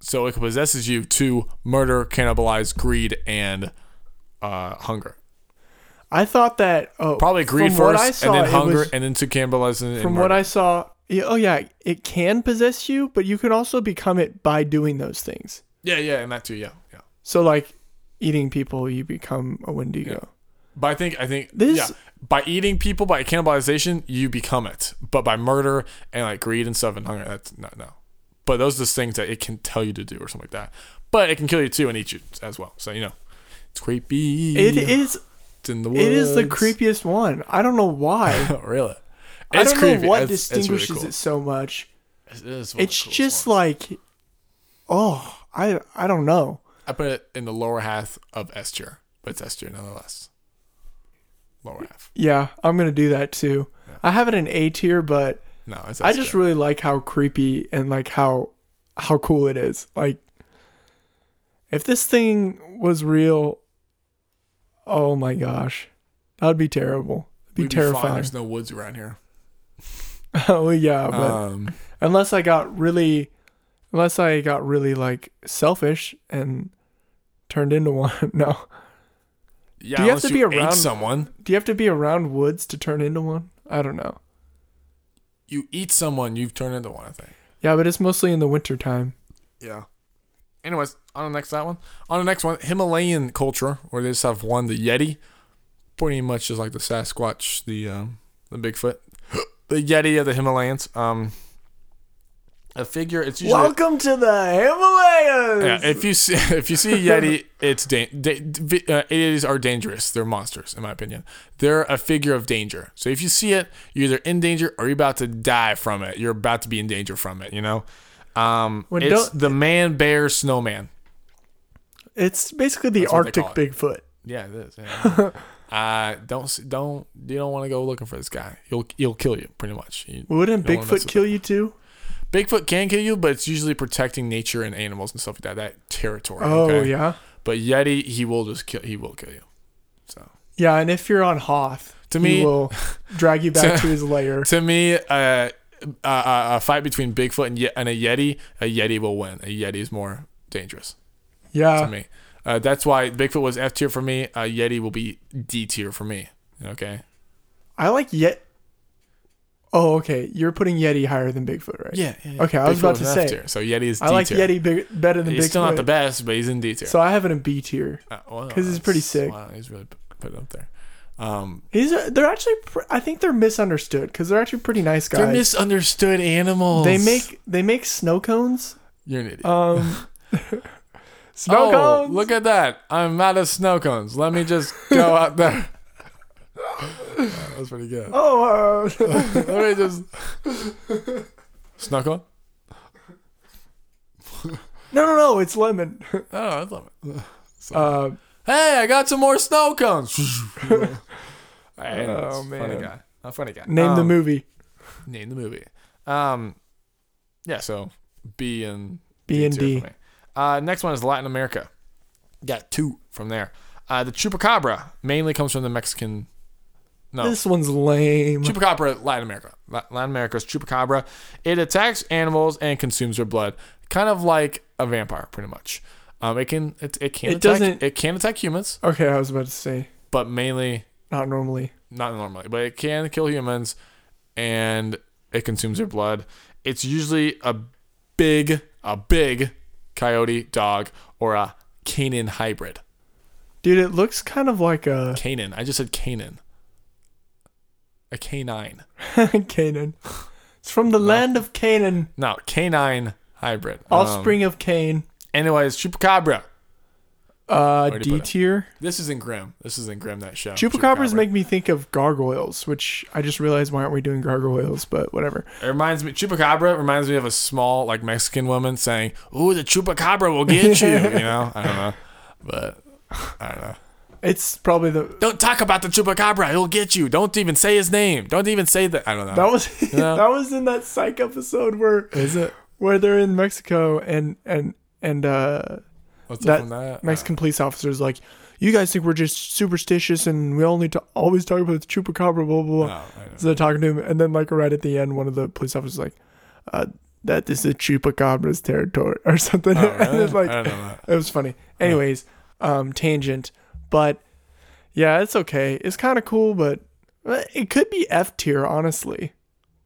S2: So it possesses you to murder, cannibalize, greed, and uh, hunger.
S1: I thought that. Oh,
S2: Probably greed
S1: from what
S2: first,
S1: I saw,
S2: and
S1: it
S2: then hunger,
S1: was-
S2: and then to cannibalize. And,
S1: from what I saw, yeah, oh yeah, it can possess you, but you can also become it by doing those things.
S2: yeah, yeah, and that too, yeah, yeah.
S1: So like eating people, you become a Wendigo.
S2: But I think I think
S1: This-
S2: yeah, by eating people by cannibalization you become it, but by murder and like greed and stuff and hunger that's not no. But those are just things that it can tell you to do or something like that. But it can kill you too and eat you as well. So you know, it's creepy.
S1: It is
S2: It's in the
S1: it is the
S2: woods.
S1: creepiest one. I don't know why.
S2: <laughs> Oh, really. It's
S1: I don't
S2: creepy.
S1: know what
S2: It's- it's really
S1: distinguishes
S2: cool.
S1: it so much.
S2: It is one of the
S1: It's
S2: coolest
S1: just
S2: ones.
S1: like oh, I I don't know.
S2: I put it in the lower half of S tier, but it's S tier nonetheless. Lower half.
S1: Yeah, I'm going to do that too. I have it in A tier, but
S2: No, it's S
S1: I just really like how creepy and like how how cool it is. Like if this thing was real, oh my gosh. That would be terrible. It'd be
S2: We'd fine.
S1: terrifying.
S2: There's no woods around here.
S1: <laughs> oh yeah, but
S2: Um,
S1: unless I got really unless I got really like selfish and turned into one. <laughs> No.
S2: yeah,
S1: Do you have
S2: unless
S1: to be
S2: you ate
S1: around-
S2: someone?
S1: Do you have to be around woods to turn into one? I don't know.
S2: you eat someone, you've turned into one, I think.
S1: Yeah, but it's mostly in the wintertime.
S2: Yeah. Anyways, on the next that one. On the next one, Himalayan culture, where they just have one, the Yeti. Pretty much just like the Sasquatch, the um, the Bigfoot. <gasps> the Yeti of the Himalayas. Um a figure it's usually
S1: Welcome to the Himalayas.
S2: yeah, if you see <laughs> if you see a
S1: <laughs>
S2: yeti, it's dan- da- vi- uh, yetis are dangerous. They're monsters, in my opinion. They're a figure of danger. So if you see it, you're either in danger or you're about to die from it. You're about to be in danger from it. You know, um,
S1: Well,
S2: it's
S1: don't-
S2: the man bear snowman.
S1: It's basically the
S2: That's what they
S1: Arctic
S2: call
S1: Bigfoot.
S2: Yeah, it is.
S1: <laughs>
S2: Yeah. uh, don't s- don't you don't want to go looking for this guy. You'll you'll kill you pretty much. You-
S1: Wouldn't
S2: you don't wanna mess
S1: Bigfoot
S2: with-
S1: kill you too?
S2: Bigfoot can kill you, but it's usually protecting nature and animals and stuff like that. That territory.
S1: Oh
S2: okay?
S1: yeah,
S2: But Yeti, he will just kill. He will kill you. So
S1: yeah. And if you're on Hoth,
S2: To
S1: he
S2: me- <laughs>
S1: will drag you back to his lair.
S2: to me, uh, a, a, a fight between Bigfoot and, Ye- and a Yeti, a Yeti will win. A Yeti is more dangerous to
S1: Yeah,
S2: me. Uh, that's why Bigfoot was F tier for me. A Yeti will be D tier for me. Okay.
S1: I like Yet. Oh, okay. You're putting Yeti higher than Bigfoot, right? yeah. Okay, I was about to
S2: an
S1: say.
S2: F-tier, so Yeti is D
S1: I like
S2: tier.
S1: Yeti big, better than
S2: He's
S1: Bigfoot.
S2: still not the best, but he's in D tier.
S1: so I have it in B tier.
S2: Uh, wow,
S1: 'cause he's pretty
S2: that's-
S1: sick.
S2: Wow, he's really p- put up there. Um,
S1: He's a, they're actually pr- I think they're misunderstood because they're actually pretty nice
S2: they're
S1: guys.
S2: misunderstood animals.
S1: they make they make snow cones.
S2: You're an idiot. <laughs>
S1: Um, <laughs> snow
S2: oh,
S1: cones.
S2: Look at that. I'm out of snow cones. Let me just
S1: <laughs>
S2: go out there. that was pretty good.
S1: oh, uh, <laughs>
S2: Let me just. Snow cone?
S1: no, no, no! It's lemon.
S2: Oh, I love it.
S1: Uh,
S2: Hey, I got some more snow
S1: <laughs>
S2: cones. Hey,
S1: Oh, man.
S2: Funny guy. A funny guy.
S1: Uh, name the
S2: Um,
S1: movie.
S2: Name the movie. Um, yeah, so B and
S1: B and
S2: Two
S1: D.
S2: for me. Uh, next one is Latin America. Got two from there. Uh, the chupacabra mainly comes from the Mexican. No,
S1: This one's lame.
S2: Chupacabra, Latin America. La- Latin America's chupacabra. It attacks animals and consumes their blood, kind of like a vampire, pretty much. Um, it can it, it can
S1: It
S2: attack,
S1: doesn't-
S2: it can attack humans,
S1: Okay, I was about to say
S2: but mainly
S1: not normally.
S2: not normally, but it can kill humans, and it consumes their blood. It's usually a big a big coyote dog or a Canaan hybrid.
S1: Dude, it looks kind of like uh, <laughs> a
S2: Canaan. I just said Canaan. A canine.
S1: Canaan. It's from the land of Canaan,
S2: No, canine hybrid. Um,
S1: offspring of Cain.
S2: Anyways, Chupacabra.
S1: Uh,
S2: you
S1: D
S2: put it? Oh,
S1: tier.
S2: This is in Grim. This is in Grim that show.
S1: Chupacabras
S2: Chupacabra.
S1: make me think of gargoyles, which I just realized why aren't we doing gargoyles? But whatever.
S2: it reminds me Chupacabra reminds me of a small like Mexican woman saying, "Ooh, the Chupacabra will get
S1: <laughs>
S2: you." you know, I don't know, but I don't know.
S1: It's probably the
S2: Don't talk about the Chupacabra. He'll get you. Don't even say his name. Don't even say that. I don't know.
S1: that was <laughs>
S2: Yeah.
S1: that was in that psych episode where
S2: is it?
S1: where they're in Mexico and and and uh
S2: What's
S1: That-
S2: up on that?
S1: Mexican police officers like, you guys think we're just superstitious and we only to always talk about the chupacabra, blah blah blah.
S2: Oh,
S1: <laughs>
S2: I don't know.
S1: So they're talking to him, and then like right at the end, one of the police officers is like, uh, "That is the chupacabra's territory" <laughs> or something.
S2: Oh,
S1: and
S2: really?
S1: it's like
S2: I don't know that.
S1: it was funny. Anyways, um, tangent, but yeah, it's okay. It's kind of cool, but uh, it could be F tier, honestly.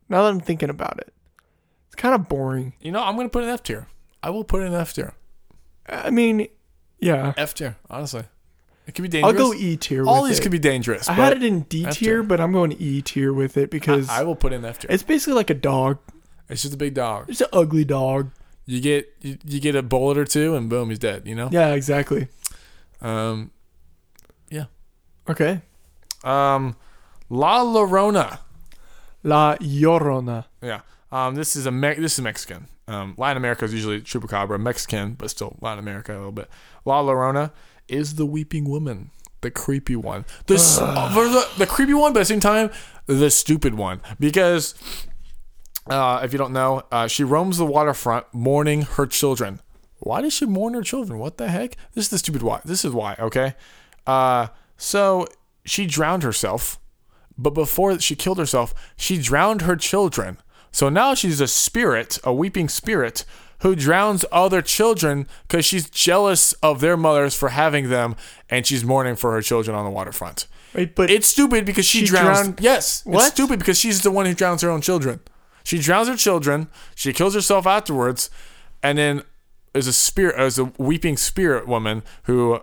S1: Now that I'm thinking about it, it's kind of boring.
S2: You know, I'm gonna put an F tier. I will put an F tier.
S1: I mean, yeah,
S2: F tier. Honestly, it could be
S1: I'll
S2: dangerous.
S1: go E tier.
S2: All
S1: with
S2: these
S1: it.
S2: could be dangerous.
S1: I
S2: but
S1: had it in D
S2: F
S1: tier,
S2: tier.
S1: but I'm going E tier with it because
S2: I will put an F tier.
S1: it's basically like a dog.
S2: It's just a big dog.
S1: It's an ugly dog.
S2: you get you, you get a bullet or two and boom he's dead you know
S1: Yeah, exactly.
S2: um
S1: Okay.
S2: um la llorona
S1: La Llorona.
S2: yeah um this is a Me- this is mexican um latin america is usually chupacabra mexican but still latin america a little bit la llorona is the weeping woman the creepy one the, s- for the, the creepy one but at the same time the stupid one because uh, if you don't know uh, she roams the waterfront mourning her children why does she mourn her children what the heck this is the stupid why this is why okay uh, so she drowned herself but before she killed herself, she drowned her children. So now she's a spirit, a weeping spirit, who drowns other children because she's jealous of their mothers for having them, and she's mourning for her children on the waterfront.
S1: Wait, but
S2: It's stupid because she,
S1: She
S2: drowns.
S1: drowned-
S2: Yes,
S1: What?
S2: it's stupid because she's the one who drowns her own children. She drowns her children. She kills herself afterwards, and then is a spirit, is a weeping spirit woman who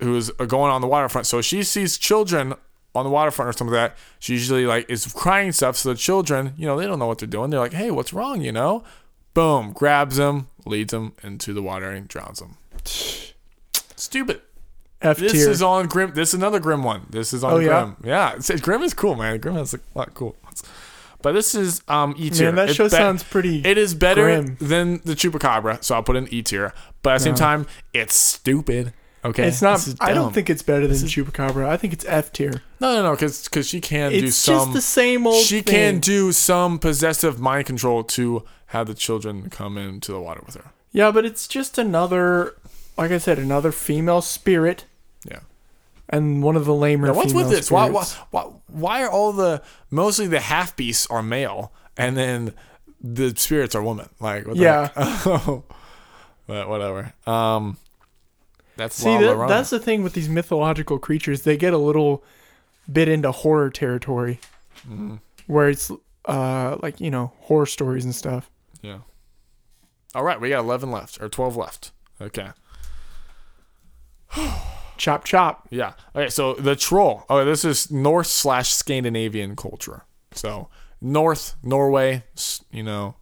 S2: who is going on the waterfront. So she sees children on the waterfront or something like that. She usually like is crying and stuff. So the children, you know, they don't know what they're doing. They're like, "Hey, what's wrong?" You know, boom, grabs them, leads them into the water and drowns
S1: <sighs>
S2: them. Stupid.
S1: F
S2: This
S1: tier.
S2: is on Grim. This is another Grim one. This is on
S1: Oh, yeah?
S2: Grim. Yeah, it's, Grim is cool, man. Grim has a lot of cool ones. But this is um E tier.
S1: Man, that
S2: It's
S1: show
S2: be-
S1: sounds pretty.
S2: It is better
S1: grim.
S2: than the Chupacabra, so I'll put in E tier. But at the same time, it's stupid. Okay,
S1: it's not.
S2: This is
S1: I
S2: dumb.
S1: don't think it's better than Chupacabra. I think it's F tier.
S2: No, no, no, because she can do
S1: It's
S2: some.
S1: just the same old.
S2: she
S1: thing.
S2: can do some possessive mind control to have the children come into the water with her.
S1: Yeah, but it's just another. Like I said, another female spirit
S2: Yeah.
S1: and one of the lamer.
S2: Now, what's with
S1: female
S2: this? Why, why,
S1: spirits.
S2: why, why are all the mostly the half beasts are male, and then the spirits are women? Like, what the
S1: Yeah.
S2: heck? <laughs> but whatever. Um, that's
S1: See, that, that's the thing with these mythological creatures. They get a little bit into horror territory, Mm-hmm. where it's uh like you know horror stories and stuff.
S2: yeah. All right, we got eleven left or twelve left. Okay,
S1: Chop chop.
S2: yeah. Okay, so the troll. Oh, this is Norse slash Scandinavian culture. So North Norway, s- you know,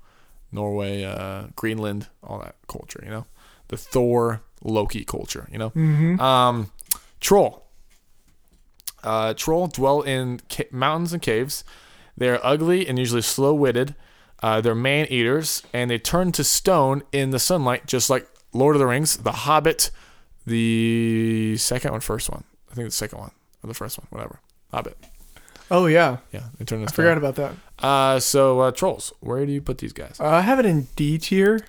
S2: Norway, uh, Greenland, all that culture. You know, the Thor Loki culture. You know. Um, troll. Uh, troll dwell in ca- mountains and caves. They are ugly and usually slow witted. Uh, they're man eaters and they turn to stone in the sunlight, just like Lord of the Rings, The Hobbit, the second one, first one. I think the second one or the first one, whatever. Hobbit.
S1: Oh yeah,
S2: Yeah, they turn to
S1: I
S2: stone.
S1: forgot about that.
S2: Uh, so uh, trolls. Where do you put these guys?
S1: Uh, I have it in D tier.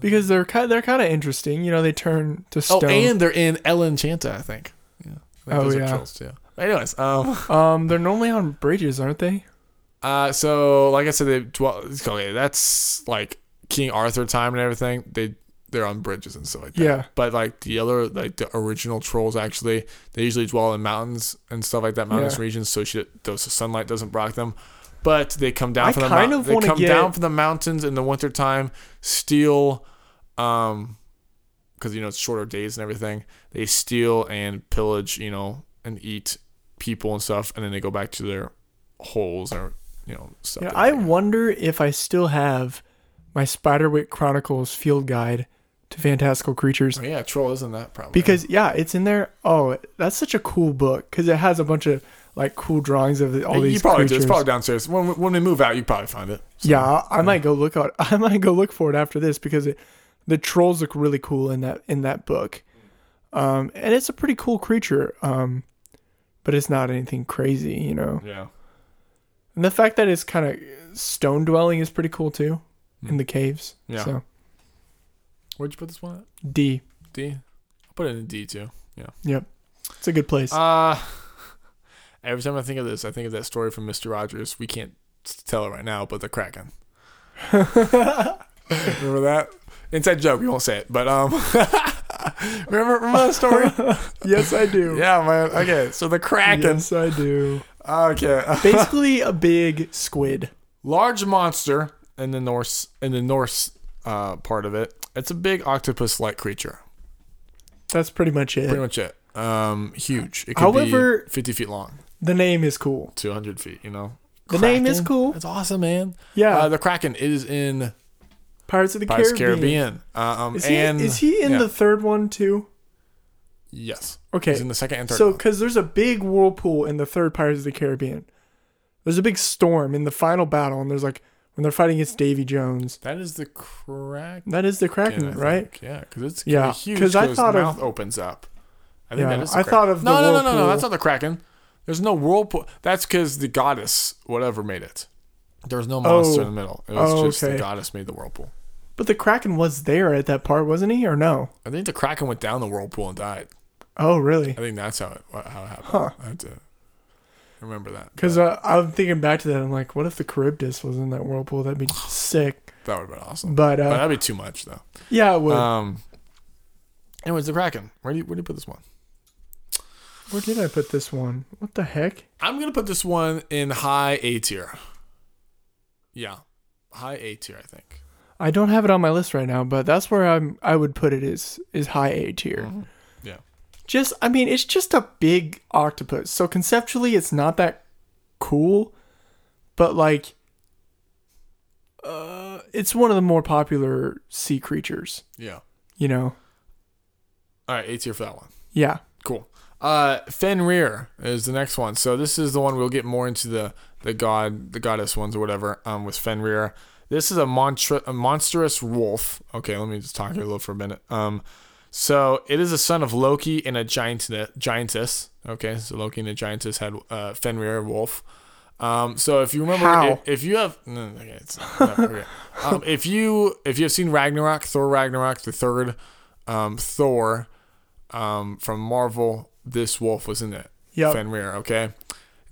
S1: because they're kind they're kind of interesting. You know, they turn to
S2: Oh,
S1: stone.
S2: and they're in Ellen Chanta, I think. Yeah. I think
S1: Oh,
S2: those
S1: yeah.
S2: Are trolls too. Anyways, um,
S1: um, they're normally on bridges, aren't they?
S2: uh, so like I said, they dwell. Okay, that's like King Arthur time and everything. They they're on bridges and stuff like that.
S1: Yeah.
S2: But like the other, like the original trolls, actually, they usually dwell in mountains and stuff like that, mountainous
S1: Yeah.
S2: regions, so shit, those sunlight doesn't block them. But they come down
S1: I
S2: from the
S1: kind
S2: mount-
S1: of
S2: They
S1: wanna
S2: come
S1: get-
S2: down from the mountains in the wintertime, steal, um, because you know it's shorter days and everything. They steal and pillage, you know, and eat people and stuff, and then they go back to their holes or you know stuff.
S1: Oh, Yeah,
S2: that
S1: I
S2: they-
S1: wonder if I still have my Spiderwick Chronicles field guide to fantastical creatures.
S2: Oh, yeah, troll isn't that problem
S1: Because yeah, it's in there. Oh, that's such a cool book because it has a bunch of like cool drawings of the- all
S2: you
S1: these
S2: probably do.
S1: creatures.
S2: It's probably downstairs. When we, when we move out, you probably find it. So-
S1: yeah, I, I might go look out. <laughs> I might go look for it after this because it, the trolls look really cool in that in that book, um, and it's a pretty cool creature. Um, but it's not anything crazy, you know.
S2: yeah.
S1: And the fact that it's kind of stone dwelling is pretty cool too, in the caves.
S2: Hmm. Yeah.
S1: So
S2: Where'd you put this one? At?
S1: D.
S2: D. I'll put it in D too. Yeah.
S1: Yep. It's a good place.
S2: Uh every time I think of this, I think of that story from Mister Rogers. We can't s- tell it right now, but
S1: <laughs>
S2: the Kraken. remember that inside joke? We won't say it, but um, <laughs> remember, remember that Uh, story?
S1: <laughs> yes, I do.
S2: yeah, man. Okay, so the Kraken.
S1: Yes, I do.
S2: Okay, uh,
S1: Basically, a big squid.
S2: large monster in the Norse in the Norse uh, part of it. It's a big octopus-like creature.
S1: That's pretty much it.
S2: Pretty much it. Um, huge. It could
S1: However-
S2: be fifty feet long,
S1: The name is cool.
S2: two hundred feet. You know.
S1: The name is cool.
S2: It's awesome, man.
S1: Yeah.
S2: Uh, the Kraken is in
S1: Pirates of the
S2: Pirates of the
S1: Caribbean.
S2: Caribbean. Um,
S1: Is,
S2: and
S1: he, is he in
S2: yeah.
S1: the third one too?
S2: yes?
S1: Okay.
S2: he's in the second and third.
S1: So,
S2: one.
S1: because there's a big whirlpool in the third Pirates of the Caribbean. There's a big storm in the final battle, and there's like when they're fighting against Davy Jones.
S2: that is the Kraken,
S1: That is the Kraken,
S2: I think.
S1: right?
S2: Yeah, because it's
S1: Yeah,
S2: yeah, huge.
S1: 'cause
S2: Because
S1: I
S2: his
S1: thought of-
S2: mouth opens up. I think
S1: Yeah,
S2: that is.
S1: I
S2: The Kraken.
S1: thought of
S2: no,
S1: the
S2: no, no, no, no.
S1: whirlpool.
S2: That's not the Kraken. There's no whirlpool. That's because the goddess, whatever, made it. There's no monster
S1: Oh.
S2: in the middle. It was
S1: Oh,
S2: just
S1: okay.
S2: the goddess made the whirlpool.
S1: But the Kraken was there at that part, wasn't he? Or no?
S2: I think the Kraken went down the whirlpool and died.
S1: Oh, really?
S2: I think that's how it how it happened. I had to remember that.
S1: Because uh, I'm thinking back to that. I'm like, what if the Charybdis was in that whirlpool? That'd be sick.
S2: That would have been awesome.
S1: But,
S2: But
S1: uh,
S2: that'd be too much though.
S1: yeah, it would.
S2: Um. Anyways, the Kraken. Where do you where do you put this one?
S1: Where did I put this one? What the heck?
S2: I'm gonna put this one in high A tier. Yeah, high A tier. I think.
S1: I don't have it on my list right now, but that's where I'm. I would put it is is high A tier.
S2: Yeah.
S1: Just, I mean, it's just a big octopus. So conceptually, it's not that cool, but like, uh, it's one of the more popular sea creatures.
S2: Yeah.
S1: You know?
S2: All right, A tier for that one.
S1: Yeah.
S2: Cool. Uh, Fenrir is the next one. So this is the one we'll get more into the the god the goddess ones or whatever. Um, with Fenrir, this is a, monstru- a monstrous wolf. Okay, let me just talk here a little for a minute. Um, so it is a son of Loki and a giant giantess. Okay, so Loki and a giantess had uh, Fenrir wolf. Um, so if you remember,
S1: How?
S2: If, if you have, no, no, okay, it's, no, okay. Um, if you if you have seen Ragnarok, Thor Ragnarok, the third um, Thor um, from Marvel, this wolf was in it.
S1: Yep.
S2: Fenrir. Okay.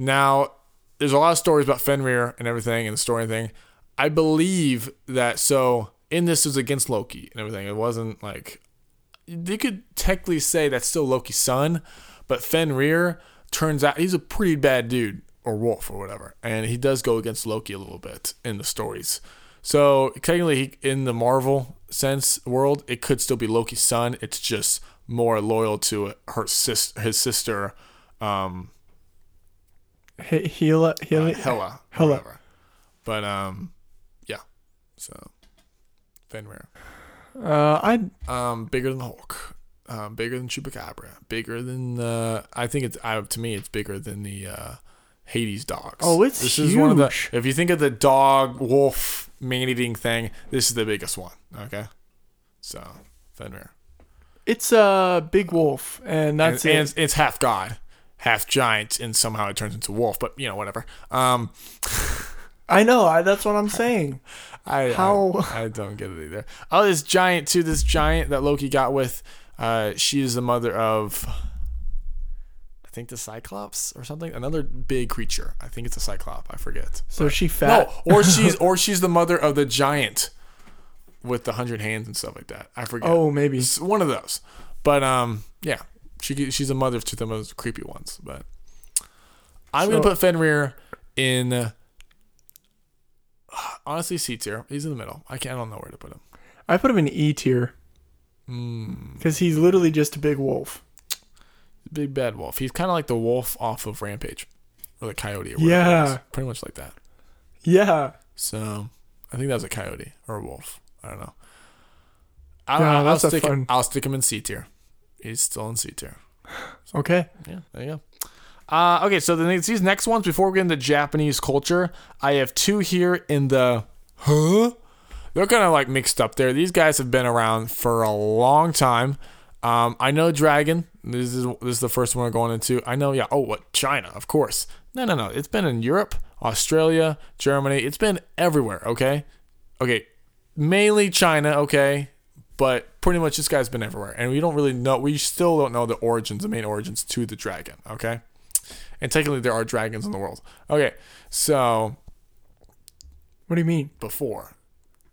S2: Now, there's a lot of stories about Fenrir and everything and the story and thing. I believe that so in this was against Loki and everything. It wasn't like they could technically say that's still Loki's son, but Fenrir turns out he's a pretty bad dude or wolf or whatever, and he does go against Loki a little bit in the stories. So technically, he, in the Marvel sense world, it could still be Loki's son. It's just more loyal to her sis, his sister, um,
S1: He- Hela,
S2: Uh,
S1: Hela,
S2: Hela. or
S1: Hela.
S2: whatever. But um, yeah. So Fenrir.
S1: Uh, I
S2: Um, bigger than the Hulk. Um, bigger than Chupacabra. Bigger than the. I think it's. I, to me, it's bigger than the uh, Hades dogs.
S1: Oh, it's
S2: this is one of the.
S1: huge.
S2: If you think of the dog wolf man eating thing, this is the biggest one. Okay, so Fenrir.
S1: it's a big wolf, and
S2: And,
S1: that's
S2: and
S1: it.
S2: it's, it's half god, half giant, and somehow it turns into wolf. But you know, whatever. Um,
S1: I know. I, that's what I'm saying.
S2: I
S1: How-
S2: I, I don't get it either. Oh, this giant too. This giant that Loki got with. Uh, she is the mother of. I think the Cyclops or something. Another big creature. I think it's a Cyclop. I forget.
S1: So she fat.
S2: No, or she's or she's the mother of the giant with the hundred hands and stuff like that. I forget.
S1: Oh, maybe.
S2: It's one of those. But um, yeah, she she's a mother to the most creepy ones. But I'm gonna
S1: So-
S2: put Fenrir in. uh, honestly, C tier. He's in the middle. I can't. I don't know where to put him. Hmm.
S1: I put him in E tier because he's literally just a big wolf.
S2: Big bad wolf. He's kind of like the wolf off of Rampage, or the coyote. Or whatever it
S1: Yeah.
S2: is. pretty much like that.
S1: Yeah.
S2: So I think that was a coyote or a wolf. I don't know. I,
S1: No,
S2: I-
S1: that's
S2: I'll
S1: a
S2: stick
S1: fun-
S2: him, I'll stick him in C tier. He's still in C tier.
S1: Okay.
S2: Yeah, there you go. Uh, okay, so the next, these next ones before we get into Japanese culture, I have two here in the huh. They're kind of like mixed up there. These guys have been around for a long time. Um, I know dragon. This is this is the first one we're going into. I know, yeah. Oh, what China? Of course. No, no, no. It's been in Europe, Australia, Germany. It's been everywhere. Okay, okay. Mainly China. Okay, but pretty much this guy's been everywhere and we don't really know we still don't know the origins the main origins to the dragon okay and technically there are dragons in the world okay so
S1: What do you mean?
S2: before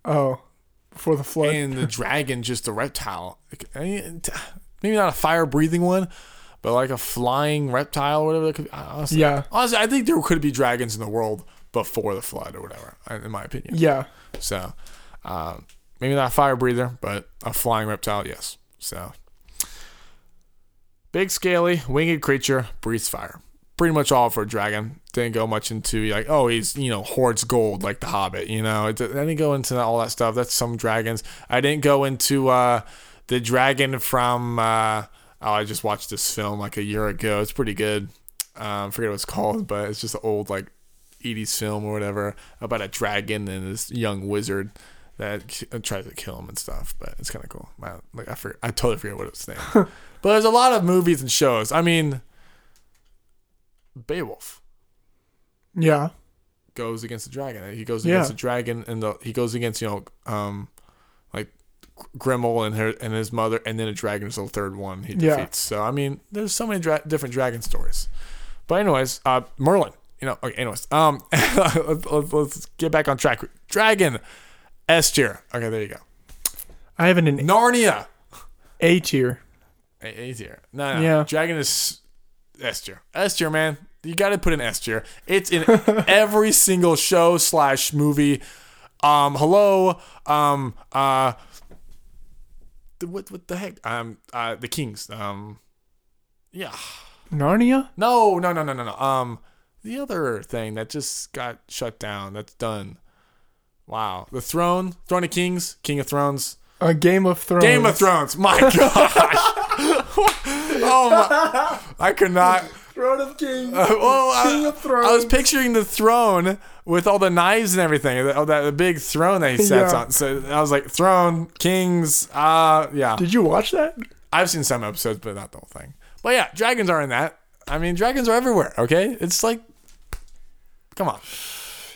S1: Oh, before the flood.
S2: and the dragon just a reptile I mean, t- maybe not a fire breathing one but like a flying reptile or whatever that could be I- honestly,
S1: Yeah.
S2: honestly i think there could be dragons in the world before the flood or whatever I- in my opinion
S1: yeah.
S2: so um, maybe not a fire breather but a flying reptile yes so Big, scaly, winged creature, breathes fire. Pretty much all for a dragon. Didn't go much into like, oh, he's you know hoards gold like the Hobbit. You know, it, I didn't go into all that stuff. That's some dragons. I didn't go into uh, the dragon from. Uh, oh, I just watched this film like a year ago. It's pretty good. Um, I forget what it's called, but it's just an old like 80s film or whatever about a dragon and this young wizard that k- tries to kill him and stuff. But it's kind of cool. My, like I forget, I totally forget what it's named. But there's a lot of movies and shows. I mean, Beowulf
S1: Yeah.
S2: goes against the dragon. He goes
S1: Yeah.
S2: against the dragon, and the, he goes against you know, um, like Grimmel and her and his mother, and then a dragon is the third one he defeats.
S1: Yeah.
S2: So I mean, there's so many dra- different dragon stories. But anyways, uh, Merlin. You know, okay. Anyways, um, <laughs> let's, let's, let's get back on track. Dragon, S tier. Okay, there you go.
S1: I have it in
S2: Narnia.
S1: A tier.
S2: A, A tier. E, No, no.
S1: Yeah.
S2: Dragon is S tier. S tier, man. You got to put an S tier. It's in every single show slash movie. Um, hello. Um, uh, the, what what the heck? Um, uh, the Kings. Um, yeah.
S1: Narnia?
S2: No, no, no, no, no, no. Um, the other thing that just got shut down. That's done. Wow. The Throne. Throne of Kings. King of Thrones.
S1: A Game of Thrones.
S2: Game of Thrones. My <laughs> gosh. oh my. I could not.
S1: Throne of Kings.
S2: Well, I,
S1: King of Thrones.
S2: I was picturing the throne with all the knives and everything. All that the big throne that he sits
S1: Yeah.
S2: on. So I was like, throne, kings. Uh, yeah.
S1: Did you watch that?
S2: I've seen some episodes, but not the whole thing. But yeah, dragons are in that. I mean, dragons are everywhere. Okay, it's like, come on.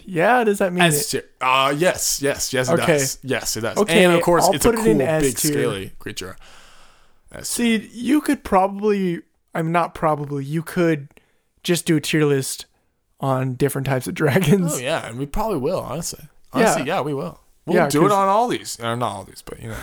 S1: Yeah. Does that mean
S2: S
S1: it?
S2: tier. Uh, yes, yes, yes, it
S1: Okay.
S2: does. Yes, it does.
S1: Okay,
S2: and of course,
S1: I'll
S2: it's a
S1: put it
S2: cool,
S1: in S
S2: big,
S1: tier.
S2: scaly creature. S tier.
S1: See, you could probably. I'm not probably. You could just do a tier list on different types of <laughs> dragons.
S2: Oh yeah, and we probably will, honestly. Honestly, yeah, we will. We'll
S1: Yeah,
S2: do it
S1: 'cause-
S2: on all these. Or not all these, but you know.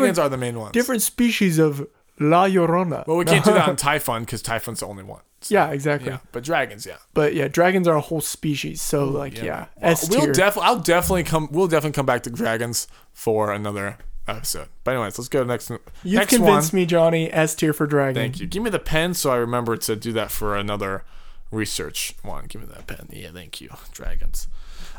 S1: <laughs> Different-
S2: are the main ones.
S1: Different species of La Llorona. <laughs>
S2: Well, we can't do that on Typhon because Typhon's the only one. So,
S1: Yeah, exactly.
S2: yeah. But dragons, yeah.
S1: But yeah, dragons are a whole species. So like, yeah, S tier.
S2: We'll definitely I'll definitely come we'll definitely come back to dragons for another episode. But anyways, let's go to the next
S1: You've
S2: next one.
S1: convinced me, Johnny. S tier for dragon.
S2: Thank you. Give me the pen so I remember to do that for another research one. Give me that pen. Yeah, thank you. Dragons.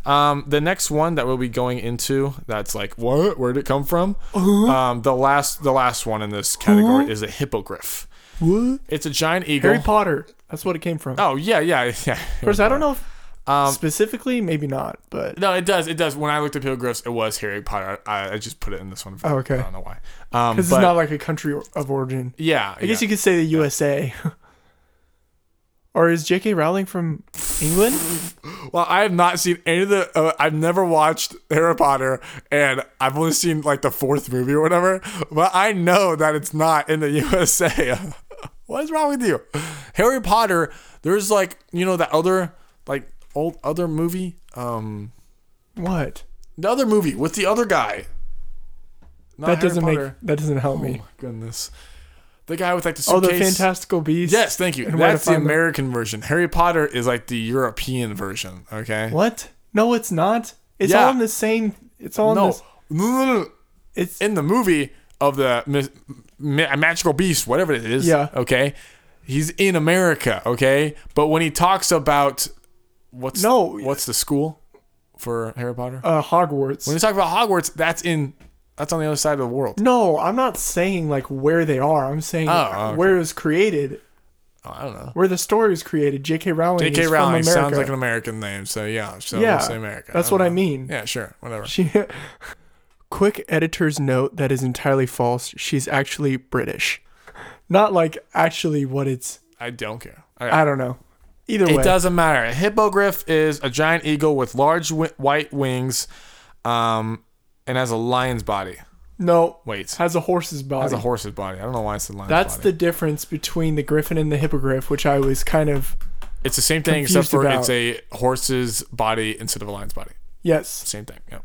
S2: Um, the next one that we'll be going into that's like what? Where did it come from? Um, the last the last one in this category is a hippogriff.
S1: What?
S2: It's a giant eagle.
S1: Harry Potter. That's what it came from.
S2: oh Um, yeah, yeah, <laughs> yeah.
S1: Of course, I don't know if specifically, maybe not, but
S2: No, it does. It does. When I looked at hippogriffs, it was Harry Potter. I, I just put it in this one. For,
S1: Oh, okay.
S2: I don't know why. Um,
S1: this
S2: but-
S1: is not like a <laughs> country or- of origin.
S2: yeah,
S1: I guess you could say the USA. Or is J.K. Rowling from England?
S2: Well, I have not seen any of the. Uh, I've never watched Harry Potter, and I've only seen like the fourth movie or whatever. But I know that it's not in the <laughs> USA. <laughs> what is wrong with you? Harry Potter. There's like you know that other like old other movie. Um,
S1: What?
S2: the other movie with the other guy. Not
S1: That
S2: Uh, Harry
S1: doesn't make
S2: Potter.
S1: that doesn't help
S2: Oh
S1: me.
S2: my goodness. The guy with like the suitcase.
S1: Oh, the Fantastical Beasts.
S2: Yes, thank you.
S1: And Where to
S2: That's the
S1: Find Them.
S2: American version. Harry Potter is like the European version. Okay.
S1: What? No, it's not. It's
S2: Yeah.
S1: all in the same. It's all in
S2: No.
S1: this.
S2: No, no, no, no.
S1: It's
S2: In the movie of the mis- ma- magical beast, whatever it is.
S1: Yeah.
S2: Okay. He's in America. Okay. But when he talks about what's
S1: No.
S2: what's the school for Harry Potter?
S1: uh, Hogwarts.
S2: when he talks about Hogwarts, that's in that's on the other side of the world.
S1: no, I'm not saying like where they are. I'm saying
S2: Oh, okay.
S1: where it was created,
S2: Oh, I don't know.
S1: where the story was created. J.K. Rowling.
S2: J.K.
S1: is
S2: Rowling
S1: from America.
S2: sounds like an American name, so yeah, so
S1: Yeah,
S2: we'll say America.
S1: that's
S2: don't
S1: what I
S2: know.
S1: mean.
S2: Yeah, sure, whatever.
S1: She. <laughs> Quick editor's note that is entirely false. She's actually British, not like actually what it's.
S2: I don't care. I-
S1: I don't know. Either way,
S2: It doesn't matter. A hippogriff is a giant eagle with large wi- white wings, um, and has a lion's body.
S1: no.
S2: Wait,
S1: Has a horse's body.
S2: has a horse's body. I don't know why it's a lion's
S1: That's
S2: body.
S1: the difference between the griffin and the hippogriff, which I was kind of
S2: It's the same thing except
S1: confused
S2: for
S1: about.
S2: it's a horse's body instead of a lion's body.
S1: yes.
S2: Same thing. Yeah.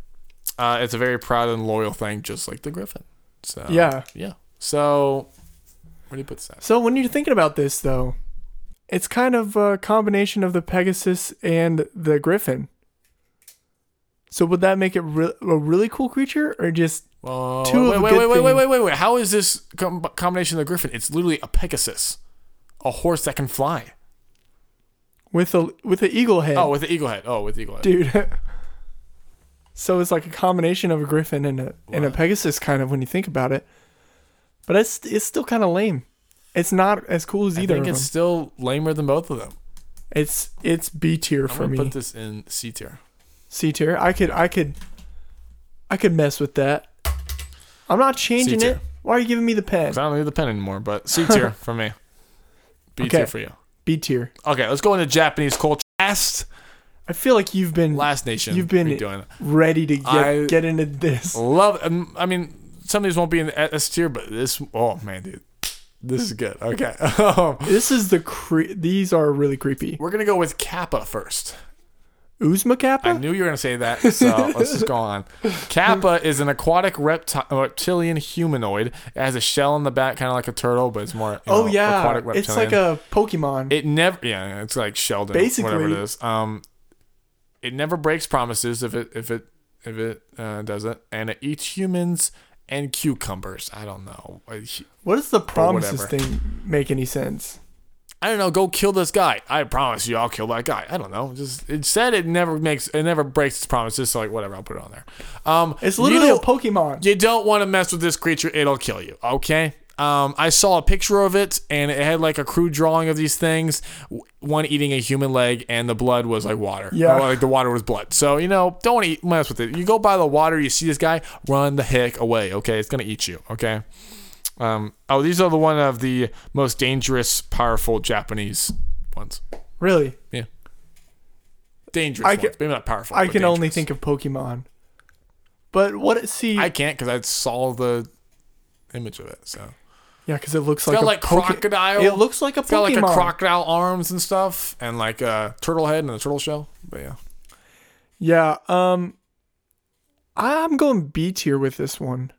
S2: Uh, it's a very proud and loyal thing, just like the griffin. So
S1: Yeah.
S2: yeah. So where do you put that?
S1: So when you're thinking about this, though, it's kind of a combination of the Pegasus and the Griffin. So would that make it re- a really cool creature, or just
S2: Whoa,
S1: Two
S2: wait,
S1: of a
S2: wait,
S1: good
S2: wait, wait,
S1: thing.
S2: wait, wait, wait, wait. How is this com- combination of the griffin? It's literally a Pegasus, a horse that can fly.
S1: with a with an eagle head,
S2: Oh, with the eagle head. Oh, with the eagle
S1: <laughs>
S2: head.
S1: dude? so it's like a combination of a Griffin and a and a
S2: Wow.
S1: Pegasus, kind of when you think about it. But it's it's still kind of lame. It's not as cool as
S2: I
S1: either
S2: think
S1: of
S2: it's
S1: them.
S2: still lamer than both of them.
S1: It's it's B tier
S2: I'm
S1: for
S2: gonna
S1: me.
S2: put this in C tier.
S1: C tier. I could I could I could mess with that. I'm not changing
S2: C-tier.
S1: it. Why are you giving me the pen?
S2: 'Cause I don't need the pen anymore, but C
S1: <laughs>
S2: tier for me. B tier
S1: Okay.
S2: for you.
S1: B tier.
S2: Okay, let's go into Japanese culture. Last,
S1: I feel like you've been
S2: last nation.
S1: You've been-
S2: we doing it.
S1: ready to get
S2: I-
S1: get into this.
S2: Love. um, I mean, some of these won't be in the S tier, but this. Oh man, dude, this is good. Okay, <laughs>
S1: This is the cre- these are really creepy.
S2: we're gonna go with Kappa first.
S1: Uzma
S2: I
S1: Kappa?
S2: knew you were gonna
S1: <laughs>
S2: say that, so let's just go on. Kappa is an aquatic repti- reptilian humanoid. It has a shell on the back, kind of like a turtle, but it's more you
S1: Oh
S2: know,
S1: yeah.
S2: aquatic
S1: It's like
S2: reptilian.
S1: a Pokemon.
S2: it never yeah, it's like Sheldon,
S1: Basically-
S2: whatever it is. Um, it never breaks promises if it if it if it uh, doesn't, and it eats humans and cucumbers. I don't know. I-
S1: what does the promises
S2: whatever.
S1: thing make any sense?
S2: I don't know, go kill this guy. I promise you, I'll kill that guy. I don't know. Just it said it never makes it never breaks its promises. So like whatever, I'll put it on there. Um,
S1: It's literally a
S2: you don't,
S1: Pokemon.
S2: you don't want to mess with this creature; it'll kill you. Okay. Um, I saw a picture of it, and it had like a crude drawing of these things. w- One eating a human leg, and the blood was like water.
S1: Yeah.
S2: Or, like the water was blood. So you know, don't want to eat, mess with it. You go by the water, you see this guy, run the heck away. Okay, it's gonna eat you. Okay. Um, oh, these are the one of the most dangerous, powerful Japanese ones.
S1: Really?
S2: Yeah. Dangerous
S1: I
S2: ones.
S1: can-
S2: Maybe not powerful.
S1: I
S2: but
S1: can only
S2: dangerous.
S1: think of Pokemon. But what see
S2: I can't because I saw the image of it. So it's
S1: Yeah, cuz it looks like
S2: got
S1: a
S2: like
S1: Poke-
S2: crocodile.
S1: It looks like a
S2: It's got like
S1: Pokemon.
S2: a crocodile arms and stuff, and like a turtle head and a turtle shell. But yeah,
S1: Yeah, um I'm going B tier with this one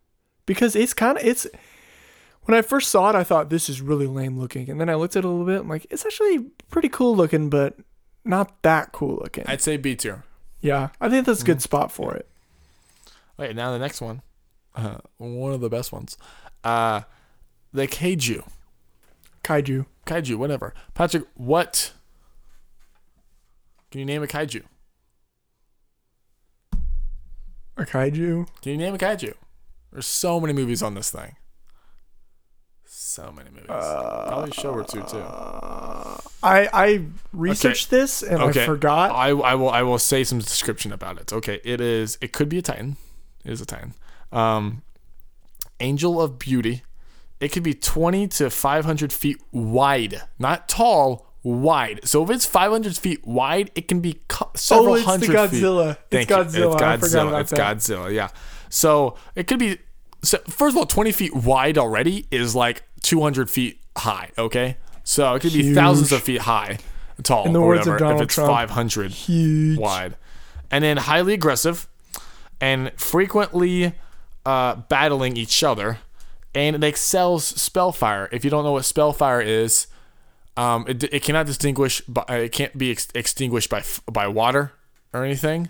S1: because it's kind of it's when I first saw it I thought this is really lame looking and then I looked at it a little bit I'm like it's actually pretty cool looking but not that cool looking.
S2: I'd say B tier.
S1: yeah, I think that's a
S2: Mm.
S1: good spot for it.
S2: Okay, now the next one, uh, one of the best ones, uh, the kaiju,
S1: Kaiju.
S2: kaiju, whatever. Patrick, what? Can you name a kaiju?
S1: A kaiju.
S2: Can you name a kaiju? There's so many movies on this thing. So many movies. Probably a show or two too.
S1: I I researched this and I forgot. Oh,
S2: I, I will I will say some description about it. Okay, it is it could be a titan. It is a titan. Um, angel of beauty. It could be twenty to five hundred feet wide, not tall, wide. So if it's 500 feet wide, it can be cu- several
S1: oh, it's
S2: hundred
S1: the Godzilla.
S2: feet.
S1: It's
S2: Thank you.
S1: Godzilla.
S2: It's
S1: I forgot
S2: Godzilla.
S1: about
S2: It's
S1: that.
S2: Godzilla. Yeah. So it could be. So first of all, 20 feet wide already is like 200 feet high. Okay. So it could be
S1: Huge.
S2: thousands of feet high, tall,
S1: In the
S2: or
S1: words of
S2: whatever.
S1: Donald
S2: if it's
S1: Trump,
S2: 500
S1: Huge.
S2: wide, and then highly aggressive, and frequently uh, battling each other, and it excels spellfire. If you don't know what spellfire is, um, it, it cannot distinguish, by, uh, it can't be ex- extinguished by f- by water or anything.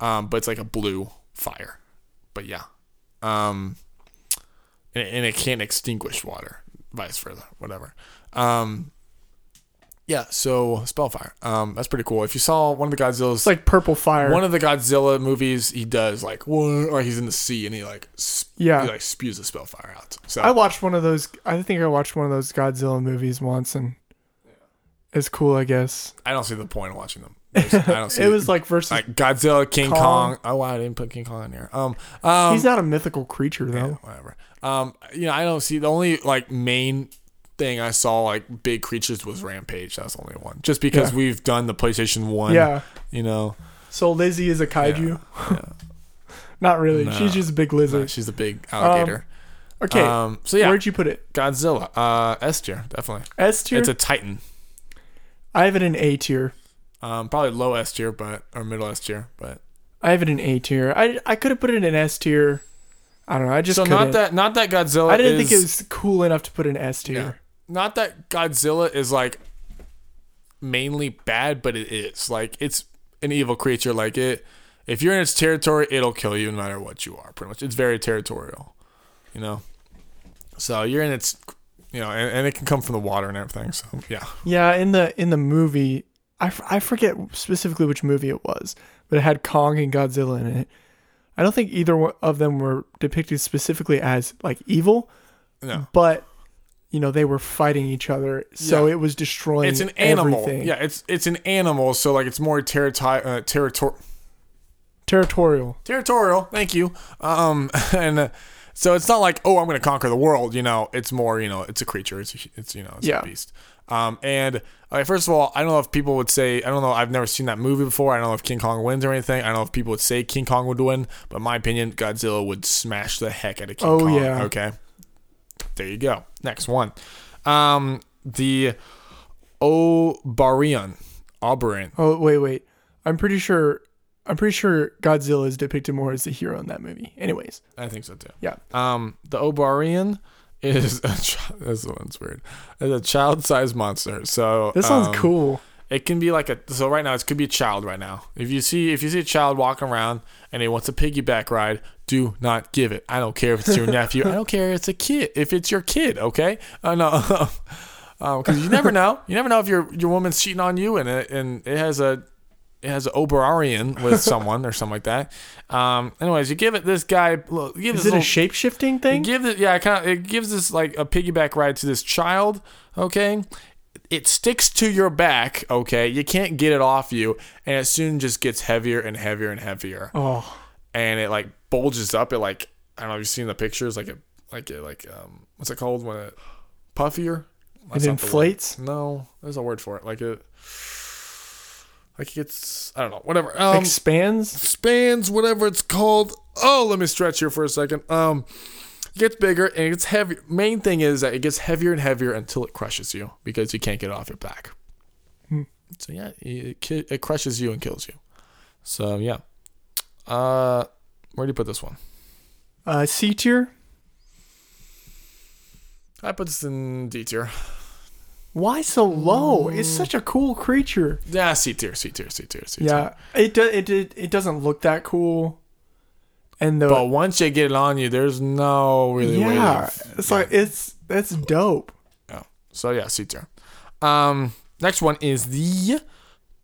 S2: Um, but it's like a blue fire. But yeah, um, and, and it can't extinguish water, vice versa, whatever. Um, yeah, so spellfire. Um, that's pretty cool. If you saw one of the Godzilla's
S1: It's like purple fire.
S2: one of the Godzilla movies, he does like one, or he's in the sea and he like sp-
S1: Yeah.
S2: he like spews a spell fire out. So
S1: I watched one of those. I think I watched one of those Godzilla movies once, and it's cool, I guess.
S2: I don't see the point of watching them. There's- I don't
S1: <laughs>
S2: see
S1: It was like versus.
S2: like Godzilla, King
S1: Kong.
S2: Kong. Oh wow, I didn't put King Kong in there. Um, um,
S1: he's not a mythical creature though.
S2: whatever. Um, you know, I don't see the only like main thing I saw like big creatures was Rampage. That's the only one, just because
S1: Yeah.
S2: we've done the PlayStation One. <laughs>
S1: Yeah.
S2: you know,
S1: So Lizzie is a kaiju.
S2: yeah.
S1: <laughs> Not really.
S2: No.
S1: She's just a big lizard.
S2: uh, she's a big alligator.
S1: Okay.
S2: Um, so yeah,
S1: Where'd you put it?
S2: Godzilla, uh, S tier, definitely.
S1: S tier.
S2: It's a Titan.
S1: I have it in A tier.
S2: Um, probably low S tier, but or middle S tier, but
S1: I have it in A tier. I I could have put it in S tier. I don't know. I just
S2: so
S1: couldn't.
S2: not that not that Godzilla.
S1: I didn't
S2: is,
S1: think it was cool enough to put in S tier.
S2: Yeah. not that Godzilla is like mainly bad, but it is like it's an evil creature. Like it, if you're in its territory, it'll kill you no matter what you are. Pretty much, it's very territorial, you know. So you're in its, you know, and, and it can come from the water and everything. So yeah,
S1: Yeah, in the in the movie, I, f- I forget specifically which movie it was, but it had Kong and Godzilla in it. I don't think either one of them were depicted specifically as like evil,
S2: no.
S1: but you know they were fighting each other, so
S2: Yeah.
S1: it was destroying.
S2: It's an animal.
S1: everything.
S2: Yeah, it's it's an animal. So like it's more territorial. Uh, territor-
S1: territorial.
S2: territorial. Thank you. Um, <laughs> and uh, so it's not like oh, I'm going to conquer the world. You know, it's more you know, it's a creature. It's a, hu- it's you know, it's
S1: Yeah.
S2: a beast. Um, and uh, first of all, I don't know if people would say I don't know. I've never seen that movie before. I don't know if King Kong wins or anything. I don't know if people would say King Kong would win, but in my opinion, Godzilla would smash the heck out of King
S1: Oh,
S2: Kong.
S1: yeah.
S2: Okay. There you go. Next one. Um, the Obarion. Oberon.
S1: Oh wait, wait. I'm pretty sure. I'm pretty sure Godzilla is depicted more as the hero in that movie. Anyways,
S2: I think so too.
S1: Yeah.
S2: Um, the Obarian is a ch- <laughs> this one's weird. It's a child-sized monster. So
S1: this sounds
S2: um,
S1: cool.
S2: It can be like a so right now it could be a child right now. If you see if you see a child walking around and he wants a piggyback ride, do not give it. I don't care if
S1: <laughs>
S2: it's your nephew. I don't care if it's a kid. If it's your kid, okay? Uh, no. <laughs> because you never know, you never know if your your woman's cheating on you, and it and it has a it has an Oberarian with someone or something like that. Um, anyways, you give it this guy. Look, you give
S1: Is
S2: this
S1: it a
S2: little-
S1: shape shifting thing?
S2: it gives it, yeah, kind of. It gives this like a piggyback ride to this child. Okay, it sticks to your back. Okay, you can't get it off you, and it soon just gets heavier and heavier and heavier,
S1: oh,
S2: and it like bulges up. It like I don't know. if You've seen the pictures, like it, like it, like um, what's it called when it puffier? That's
S1: it
S2: not the word.
S1: inflates.
S2: No, there's a word for it. Like it, like it gets. I don't know. Whatever. Um,
S1: expands.
S2: spans, whatever it's called. Oh, let me stretch here for a second. Um, it gets bigger and it gets heavier. Main thing is that it gets heavier and heavier until it crushes you because you can't get it off your back.
S1: Hmm.
S2: So yeah, it, ki- it crushes you and kills you. So yeah. Uh, where do you put this one?
S1: Uh, C tier.
S2: I put this in D tier.
S1: Why so low? It's
S2: Mm.
S1: such a cool creature.
S2: Yeah, C tier, C tier, C tier, C tier.
S1: Yeah, it do, it it it doesn't look that cool, and the
S2: But once you get it on you, there's no really way. to-
S1: yeah, it's like it's that's dope.
S2: Yeah. So yeah, C tier. Um, next one is the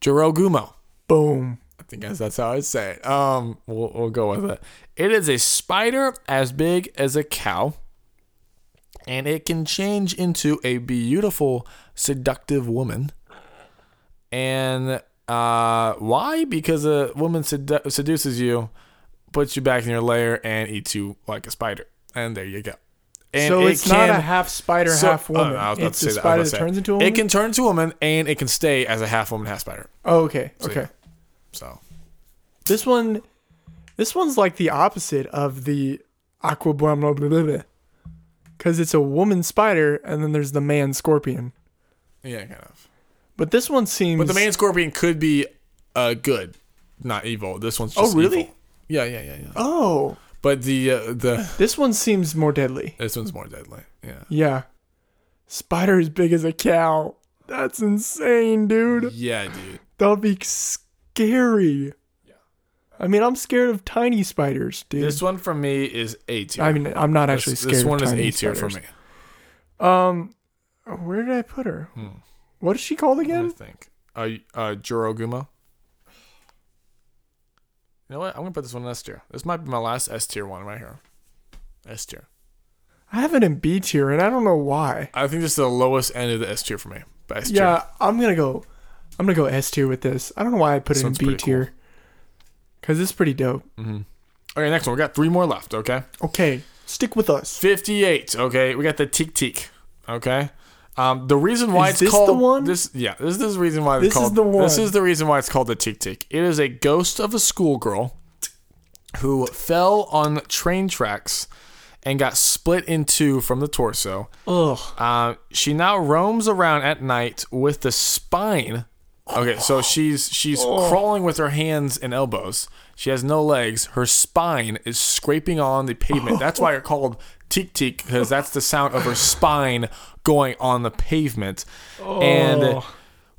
S2: Jirogumo.
S1: Boom.
S2: I think that's, that's how I say it. Um, we'll, we'll go with it. It is a spider as big as a cow, and it can change into a beautiful, seductive woman. And uh, why? Because a woman sedu- seduces you, puts you back in your lair, and eats you like a spider. And there you go. And
S1: so
S2: it
S1: it's not a
S2: can-
S1: half spider,
S2: so-
S1: half
S2: oh,
S1: woman.
S2: I was about
S1: it's
S2: to
S1: a
S2: say that. I
S1: spider
S2: was
S1: that
S2: about to say.
S1: turns into a woman.
S2: It can turn into a woman and it can stay as a half woman, half spider.
S1: oh, okay, okay.
S2: yeah. So
S1: This one, this one's like the opposite of the aqua blah blah blah blah, blah, because it's a woman spider, and then there's the man scorpion.
S2: yeah, kind of.
S1: But this one seems.
S2: But the man scorpion could be uh, good, not evil. This one's
S1: Oh,
S2: just
S1: really?
S2: evil. Yeah, yeah, yeah, yeah.
S1: Oh,
S2: But the uh, the
S1: this one seems more deadly.
S2: this one's more deadly. Yeah.
S1: Yeah, spider as big as a cow. That's insane, dude.
S2: Yeah, dude.
S1: That'll be scary. I mean, I'm scared of tiny spiders, dude.
S2: This one for me is A tier.
S1: I mean, I'm not actually
S2: this,
S1: scared.
S2: this one
S1: of
S2: is
S1: tiny
S2: A tier for
S1: spiders.
S2: me.
S1: Um, where did I put her?
S2: Hmm.
S1: What is she called
S2: I
S1: again?
S2: think. Uh, uh, Juro Guma. You know what? I'm gonna put this one in S tier. This might be my last S tier one right here. S tier.
S1: I have it in B tier, and I don't know why.
S2: I think this is the lowest end of the S tier for me. But S tier.
S1: Yeah, I'm gonna go. I'm gonna go S tier with this. I don't know why I put
S2: This
S1: it in
S2: one's
S1: B
S2: pretty cool.
S1: tier. Cause it's pretty dope.
S2: Okay, next one. We got three more left. Okay.
S1: Okay, stick with us.
S2: 58. Okay, we got the Tik Tik. Okay. Um, the reason why
S1: Is
S2: it's
S1: this the
S2: called
S1: one?
S2: this, yeah, this, is the reason why it's
S1: This is
S2: called
S1: the one.
S2: This is the reason why it's called the Tik Tik. It is a ghost of a schoolgirl who fell on train tracks and got split in two from the torso.
S1: Ugh.
S2: Uh, she now roams around at night with the spine. Okay, so she's she's
S1: Oh.
S2: crawling with her hands and elbows. She has no legs. Her spine is scraping on
S1: <laughs>
S2: the pavement. That's why you're called Tik Tik because that's the sound of her spine going on the pavement.
S1: Oh.
S2: And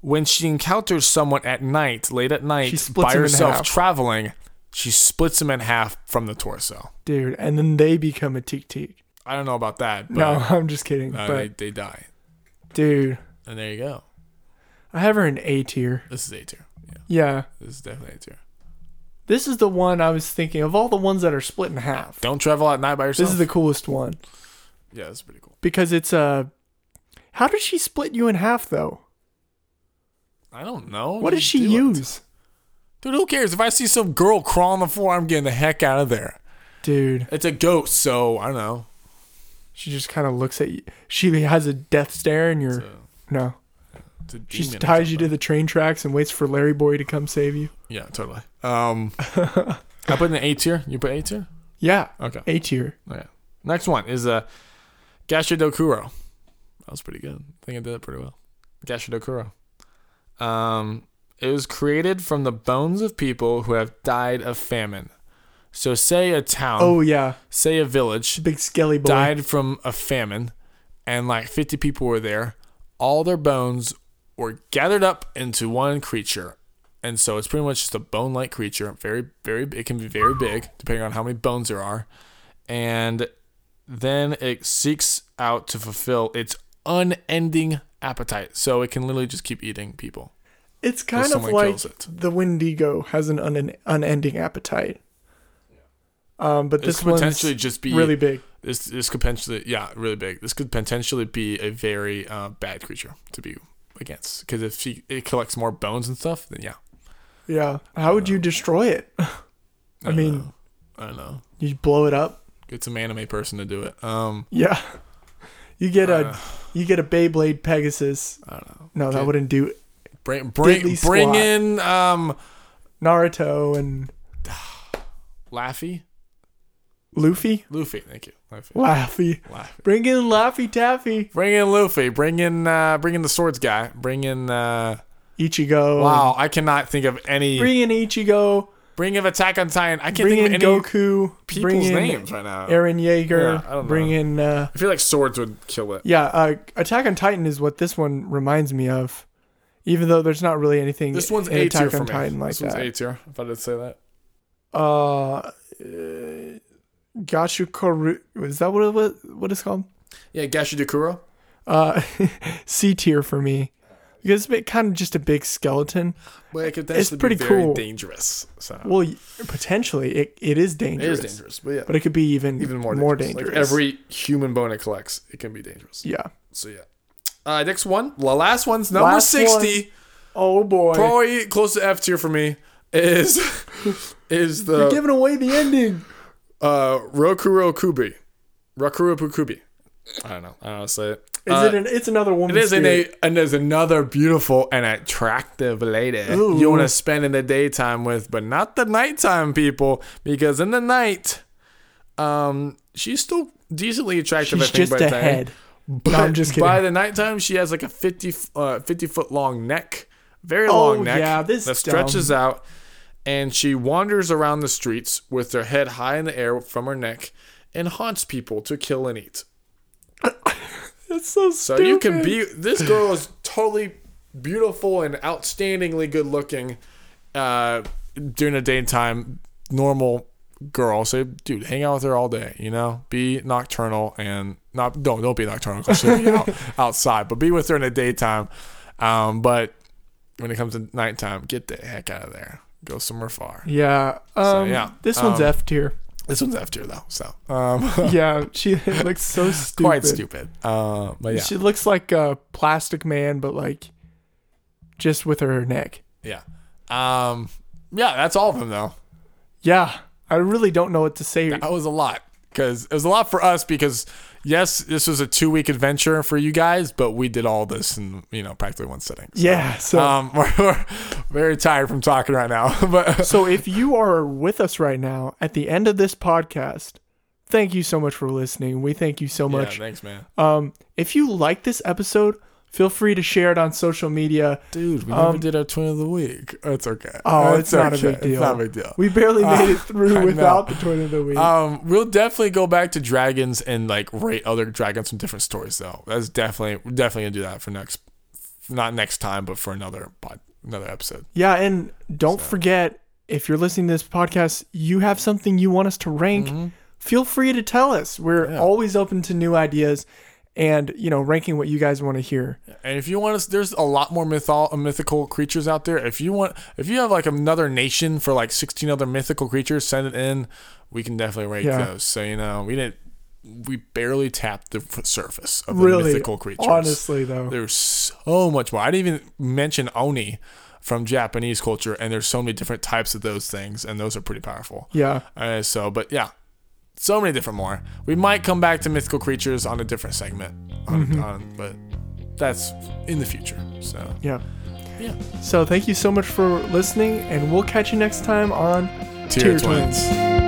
S2: when she encounters someone at night, late at night,
S1: splits
S2: by
S1: him in
S2: herself
S1: half.
S2: traveling, she splits him in half from the torso.
S1: Dude, and then they become a teak teak.
S2: I don't know about that, but
S1: No, <laughs> I'm just kidding.
S2: uh, they,
S1: but
S2: they die.
S1: dude,
S2: And there you go.
S1: I have her in A tier.
S2: This is A tier. Yeah,
S1: Yeah.
S2: this is definitely A tier.
S1: This is the one I was thinking of all the ones that are split in half.
S2: Don't travel at night by yourself.
S1: This is the coolest one.
S2: yeah, this is pretty cool.
S1: Because it's uh how did she split you in half though?
S2: I don't know.
S1: What does
S2: Just
S1: she
S2: do it.
S1: use?
S2: Dude, who cares? If I see some girl crawl on the floor, I'm getting the heck out of there.
S1: Dude,
S2: It's a ghost, so I don't know.
S1: she just kind of looks at you. She has a death stare and you're
S2: So,
S1: no.
S2: it's a
S1: She
S2: demon or
S1: ties you to
S2: something.
S1: the train tracks and waits for Larry Boy to come save you.
S2: Yeah,
S1: <laughs>
S2: totally. Um, I put in the A tier. You put A tier.
S1: Yeah.
S2: Okay.
S1: A tier.
S2: Okay. Next one is uh, Gashadokuro. That was pretty good. I think I did it pretty well. Gashadokuro. Um, it was created from the bones of people who have died of famine. So say a town,
S1: Oh yeah.
S2: say a village
S1: Big skelly boy.
S2: died from a famine, and like 50 people were there. All their bones were gathered up into one creature. And so it's pretty much just a bone like creature. Very, very, it can be very big, depending on how many bones there are. And then it seeks out to fulfill its unending appetite. So it can literally just keep eating people.
S1: It's kind of
S2: someone
S1: like
S2: kills it.
S1: the Wendigo has an un- unending appetite. Um, but
S2: This,
S1: this
S2: could
S1: one's
S2: potentially just be
S1: really big.
S2: This this could potentially yeah really big. This could potentially be a very uh, bad creature to be against because if she it collects more bones and stuff, then yeah.
S1: Yeah. How would you destroy it? I
S2: don't
S1: mean,
S2: know. I don't know.
S1: you blow it up.
S2: Get some anime person to do it. Um,
S1: Yeah. <laughs> You get a
S2: Uh.
S1: you get a Beyblade Pegasus.
S2: I don't know.
S1: No, that
S2: Dude.
S1: wouldn't do it.
S2: Bring bring
S1: Deadly
S2: bring
S1: Squat.
S2: in um
S1: Naruto and
S2: Laffy
S1: Luffy,
S2: Luffy. Thank you. Laffy.
S1: Laffy.
S2: Laffy.
S1: Bring in Laffy Taffy,
S2: Bring in Luffy. Bring in uh, bring in the swords guy. Bring in uh,
S1: Ichigo.
S2: wow. I cannot think of any. Bring,
S1: Bring in Ichigo.
S2: of Attack on Titan. I can't
S1: Bring in
S2: think of any
S1: Goku. Bring
S2: people's
S1: in
S2: names right now.
S1: Aaron Yeager.
S2: Yeah, I don't
S1: bring
S2: know.
S1: in uh,
S2: I feel like swords would kill it.
S1: yeah. Uh, Attack on Titan is what this one reminds me of, even though there's not really anything.
S2: This one's
S1: in
S2: A tier
S1: Attack
S2: for
S1: on
S2: me.
S1: Titan like
S2: this one's
S1: that.
S2: A tier. If I did say that.
S1: Uh, uh, Gachukaru. Is that what it was, what it's called?
S2: Yeah, Gashidakuro.
S1: uh, <laughs> C tier for me because it's a bit- kind of just a big skeleton.
S2: Well, it could
S1: It's
S2: potentially
S1: pretty
S2: be very
S1: cool.
S2: dangerous. So
S1: Well, y- potentially it, it is
S2: it
S1: dangerous,
S2: is dangerous, but yeah,
S1: but it could be even
S2: even more
S1: more
S2: dangerous.
S1: dangerous.
S2: Like every human bone it collects, it can be dangerous.
S1: yeah.
S2: So yeah. Uh, next one, the last one's number
S1: Last
S2: sixty,
S1: Oh boy,
S2: probably close to F tier for me.
S1: <laughs>
S2: Is is
S1: you're
S2: the
S1: giving away the ending.
S2: uh, Rokuro Kubi, Rokuro Pukubi. I don't know. I don't know how to say it.
S1: Is
S2: Uh,
S1: it an, it's another woman.
S2: It is an
S1: spirit.
S2: a, and there's another beautiful and attractive lady
S1: Ooh.
S2: you want to spend in the daytime with, but not the nighttime people because in the night, um, she's still decently attractive.
S1: She's
S2: I think,
S1: just
S2: by
S1: a
S2: the time. <laughs>
S1: head.
S2: But
S1: I'm just kidding.
S2: By the nighttime, she has like a 50, uh, 50 foot long neck, very
S1: Oh,
S2: long neck
S1: yeah, this
S2: that
S1: is
S2: stretches out, and she wanders around the streets with her head high in the air from her neck and haunts people to kill and eat.
S1: That's so
S2: So
S1: stupid.
S2: you can be. This girl is totally beautiful and outstandingly good looking uh, during the daytime. Normal girl. So dude, hang out with her all day. You know, be nocturnal and not. Don't don't be nocturnal because she'll be out, outside. But be with her in the daytime. Um, but when it comes to nighttime, get the heck out of there. Go somewhere far.
S1: Yeah. Um,
S2: yeah,
S1: This one's
S2: um,
S1: F
S2: <laughs>
S1: tier.
S2: This one's F tier though, so um, <laughs>
S1: yeah, she <laughs> looks so stupid.
S2: quite stupid. Uh, but yeah,
S1: She looks like a plastic man, but like just with her neck.
S2: yeah, um, yeah. That's all of them though.
S1: Yeah, I really don't know what to say.
S2: That was a lot because it was a lot for us because yes, this was a two week adventure for you guys, but we did all this in you know practically one sitting.
S1: yeah. So,
S2: <laughs> Um, we're, we're very tired from talking right now, <laughs> but
S1: so if you are with us right now at the end of this podcast, thank you so much for listening. We thank you so
S2: yeah,
S1: much.
S2: thanks, man,
S1: um, if you like this episode, feel free to share it on social media.
S2: dude. We
S1: Um,
S2: never did our twin of the week. It's okay.
S1: Oh, it's not a big
S2: It's
S1: deal.
S2: not a big deal.
S1: We barely made
S2: <laughs>
S1: it
S2: Uh, I
S1: through
S2: know.
S1: without the toy of the week.
S2: um, we'll definitely go back to dragons and like rate other dragons from different stories though. That's definitely we're definitely gonna do that for next, not next time, but for another pod, another episode.
S1: Yeah, and don't forget if you're listening to this podcast, you have something you want us to rank, feel free to tell us. We're
S2: Mm-hmm. Yeah.
S1: always open to new ideas and, you know, ranking what you guys want to hear.
S2: And if you want us, there's a lot more mytho- mythical creatures out there. If you want, if you have like another nation for like 16 other mythical creatures, send it in. We can definitely rate
S1: Yeah.
S2: those. So you know, we didn't, we barely tapped the f- surface of the
S1: Really,
S2: mythical creatures.
S1: honestly though.
S2: there's so much more. I didn't even mention oni from Japanese culture, and there's so many different types of those things, and those are pretty powerful.
S1: Yeah.
S2: Uh, so, but yeah, so many different more. We might come back to mythical creatures on a different segment, on,
S1: Mm-hmm.
S2: on, but that's in the future. So,
S1: Yeah.
S2: yeah.
S1: So thank you so much for listening and we'll catch you next time on Tier Twins.
S2: twins.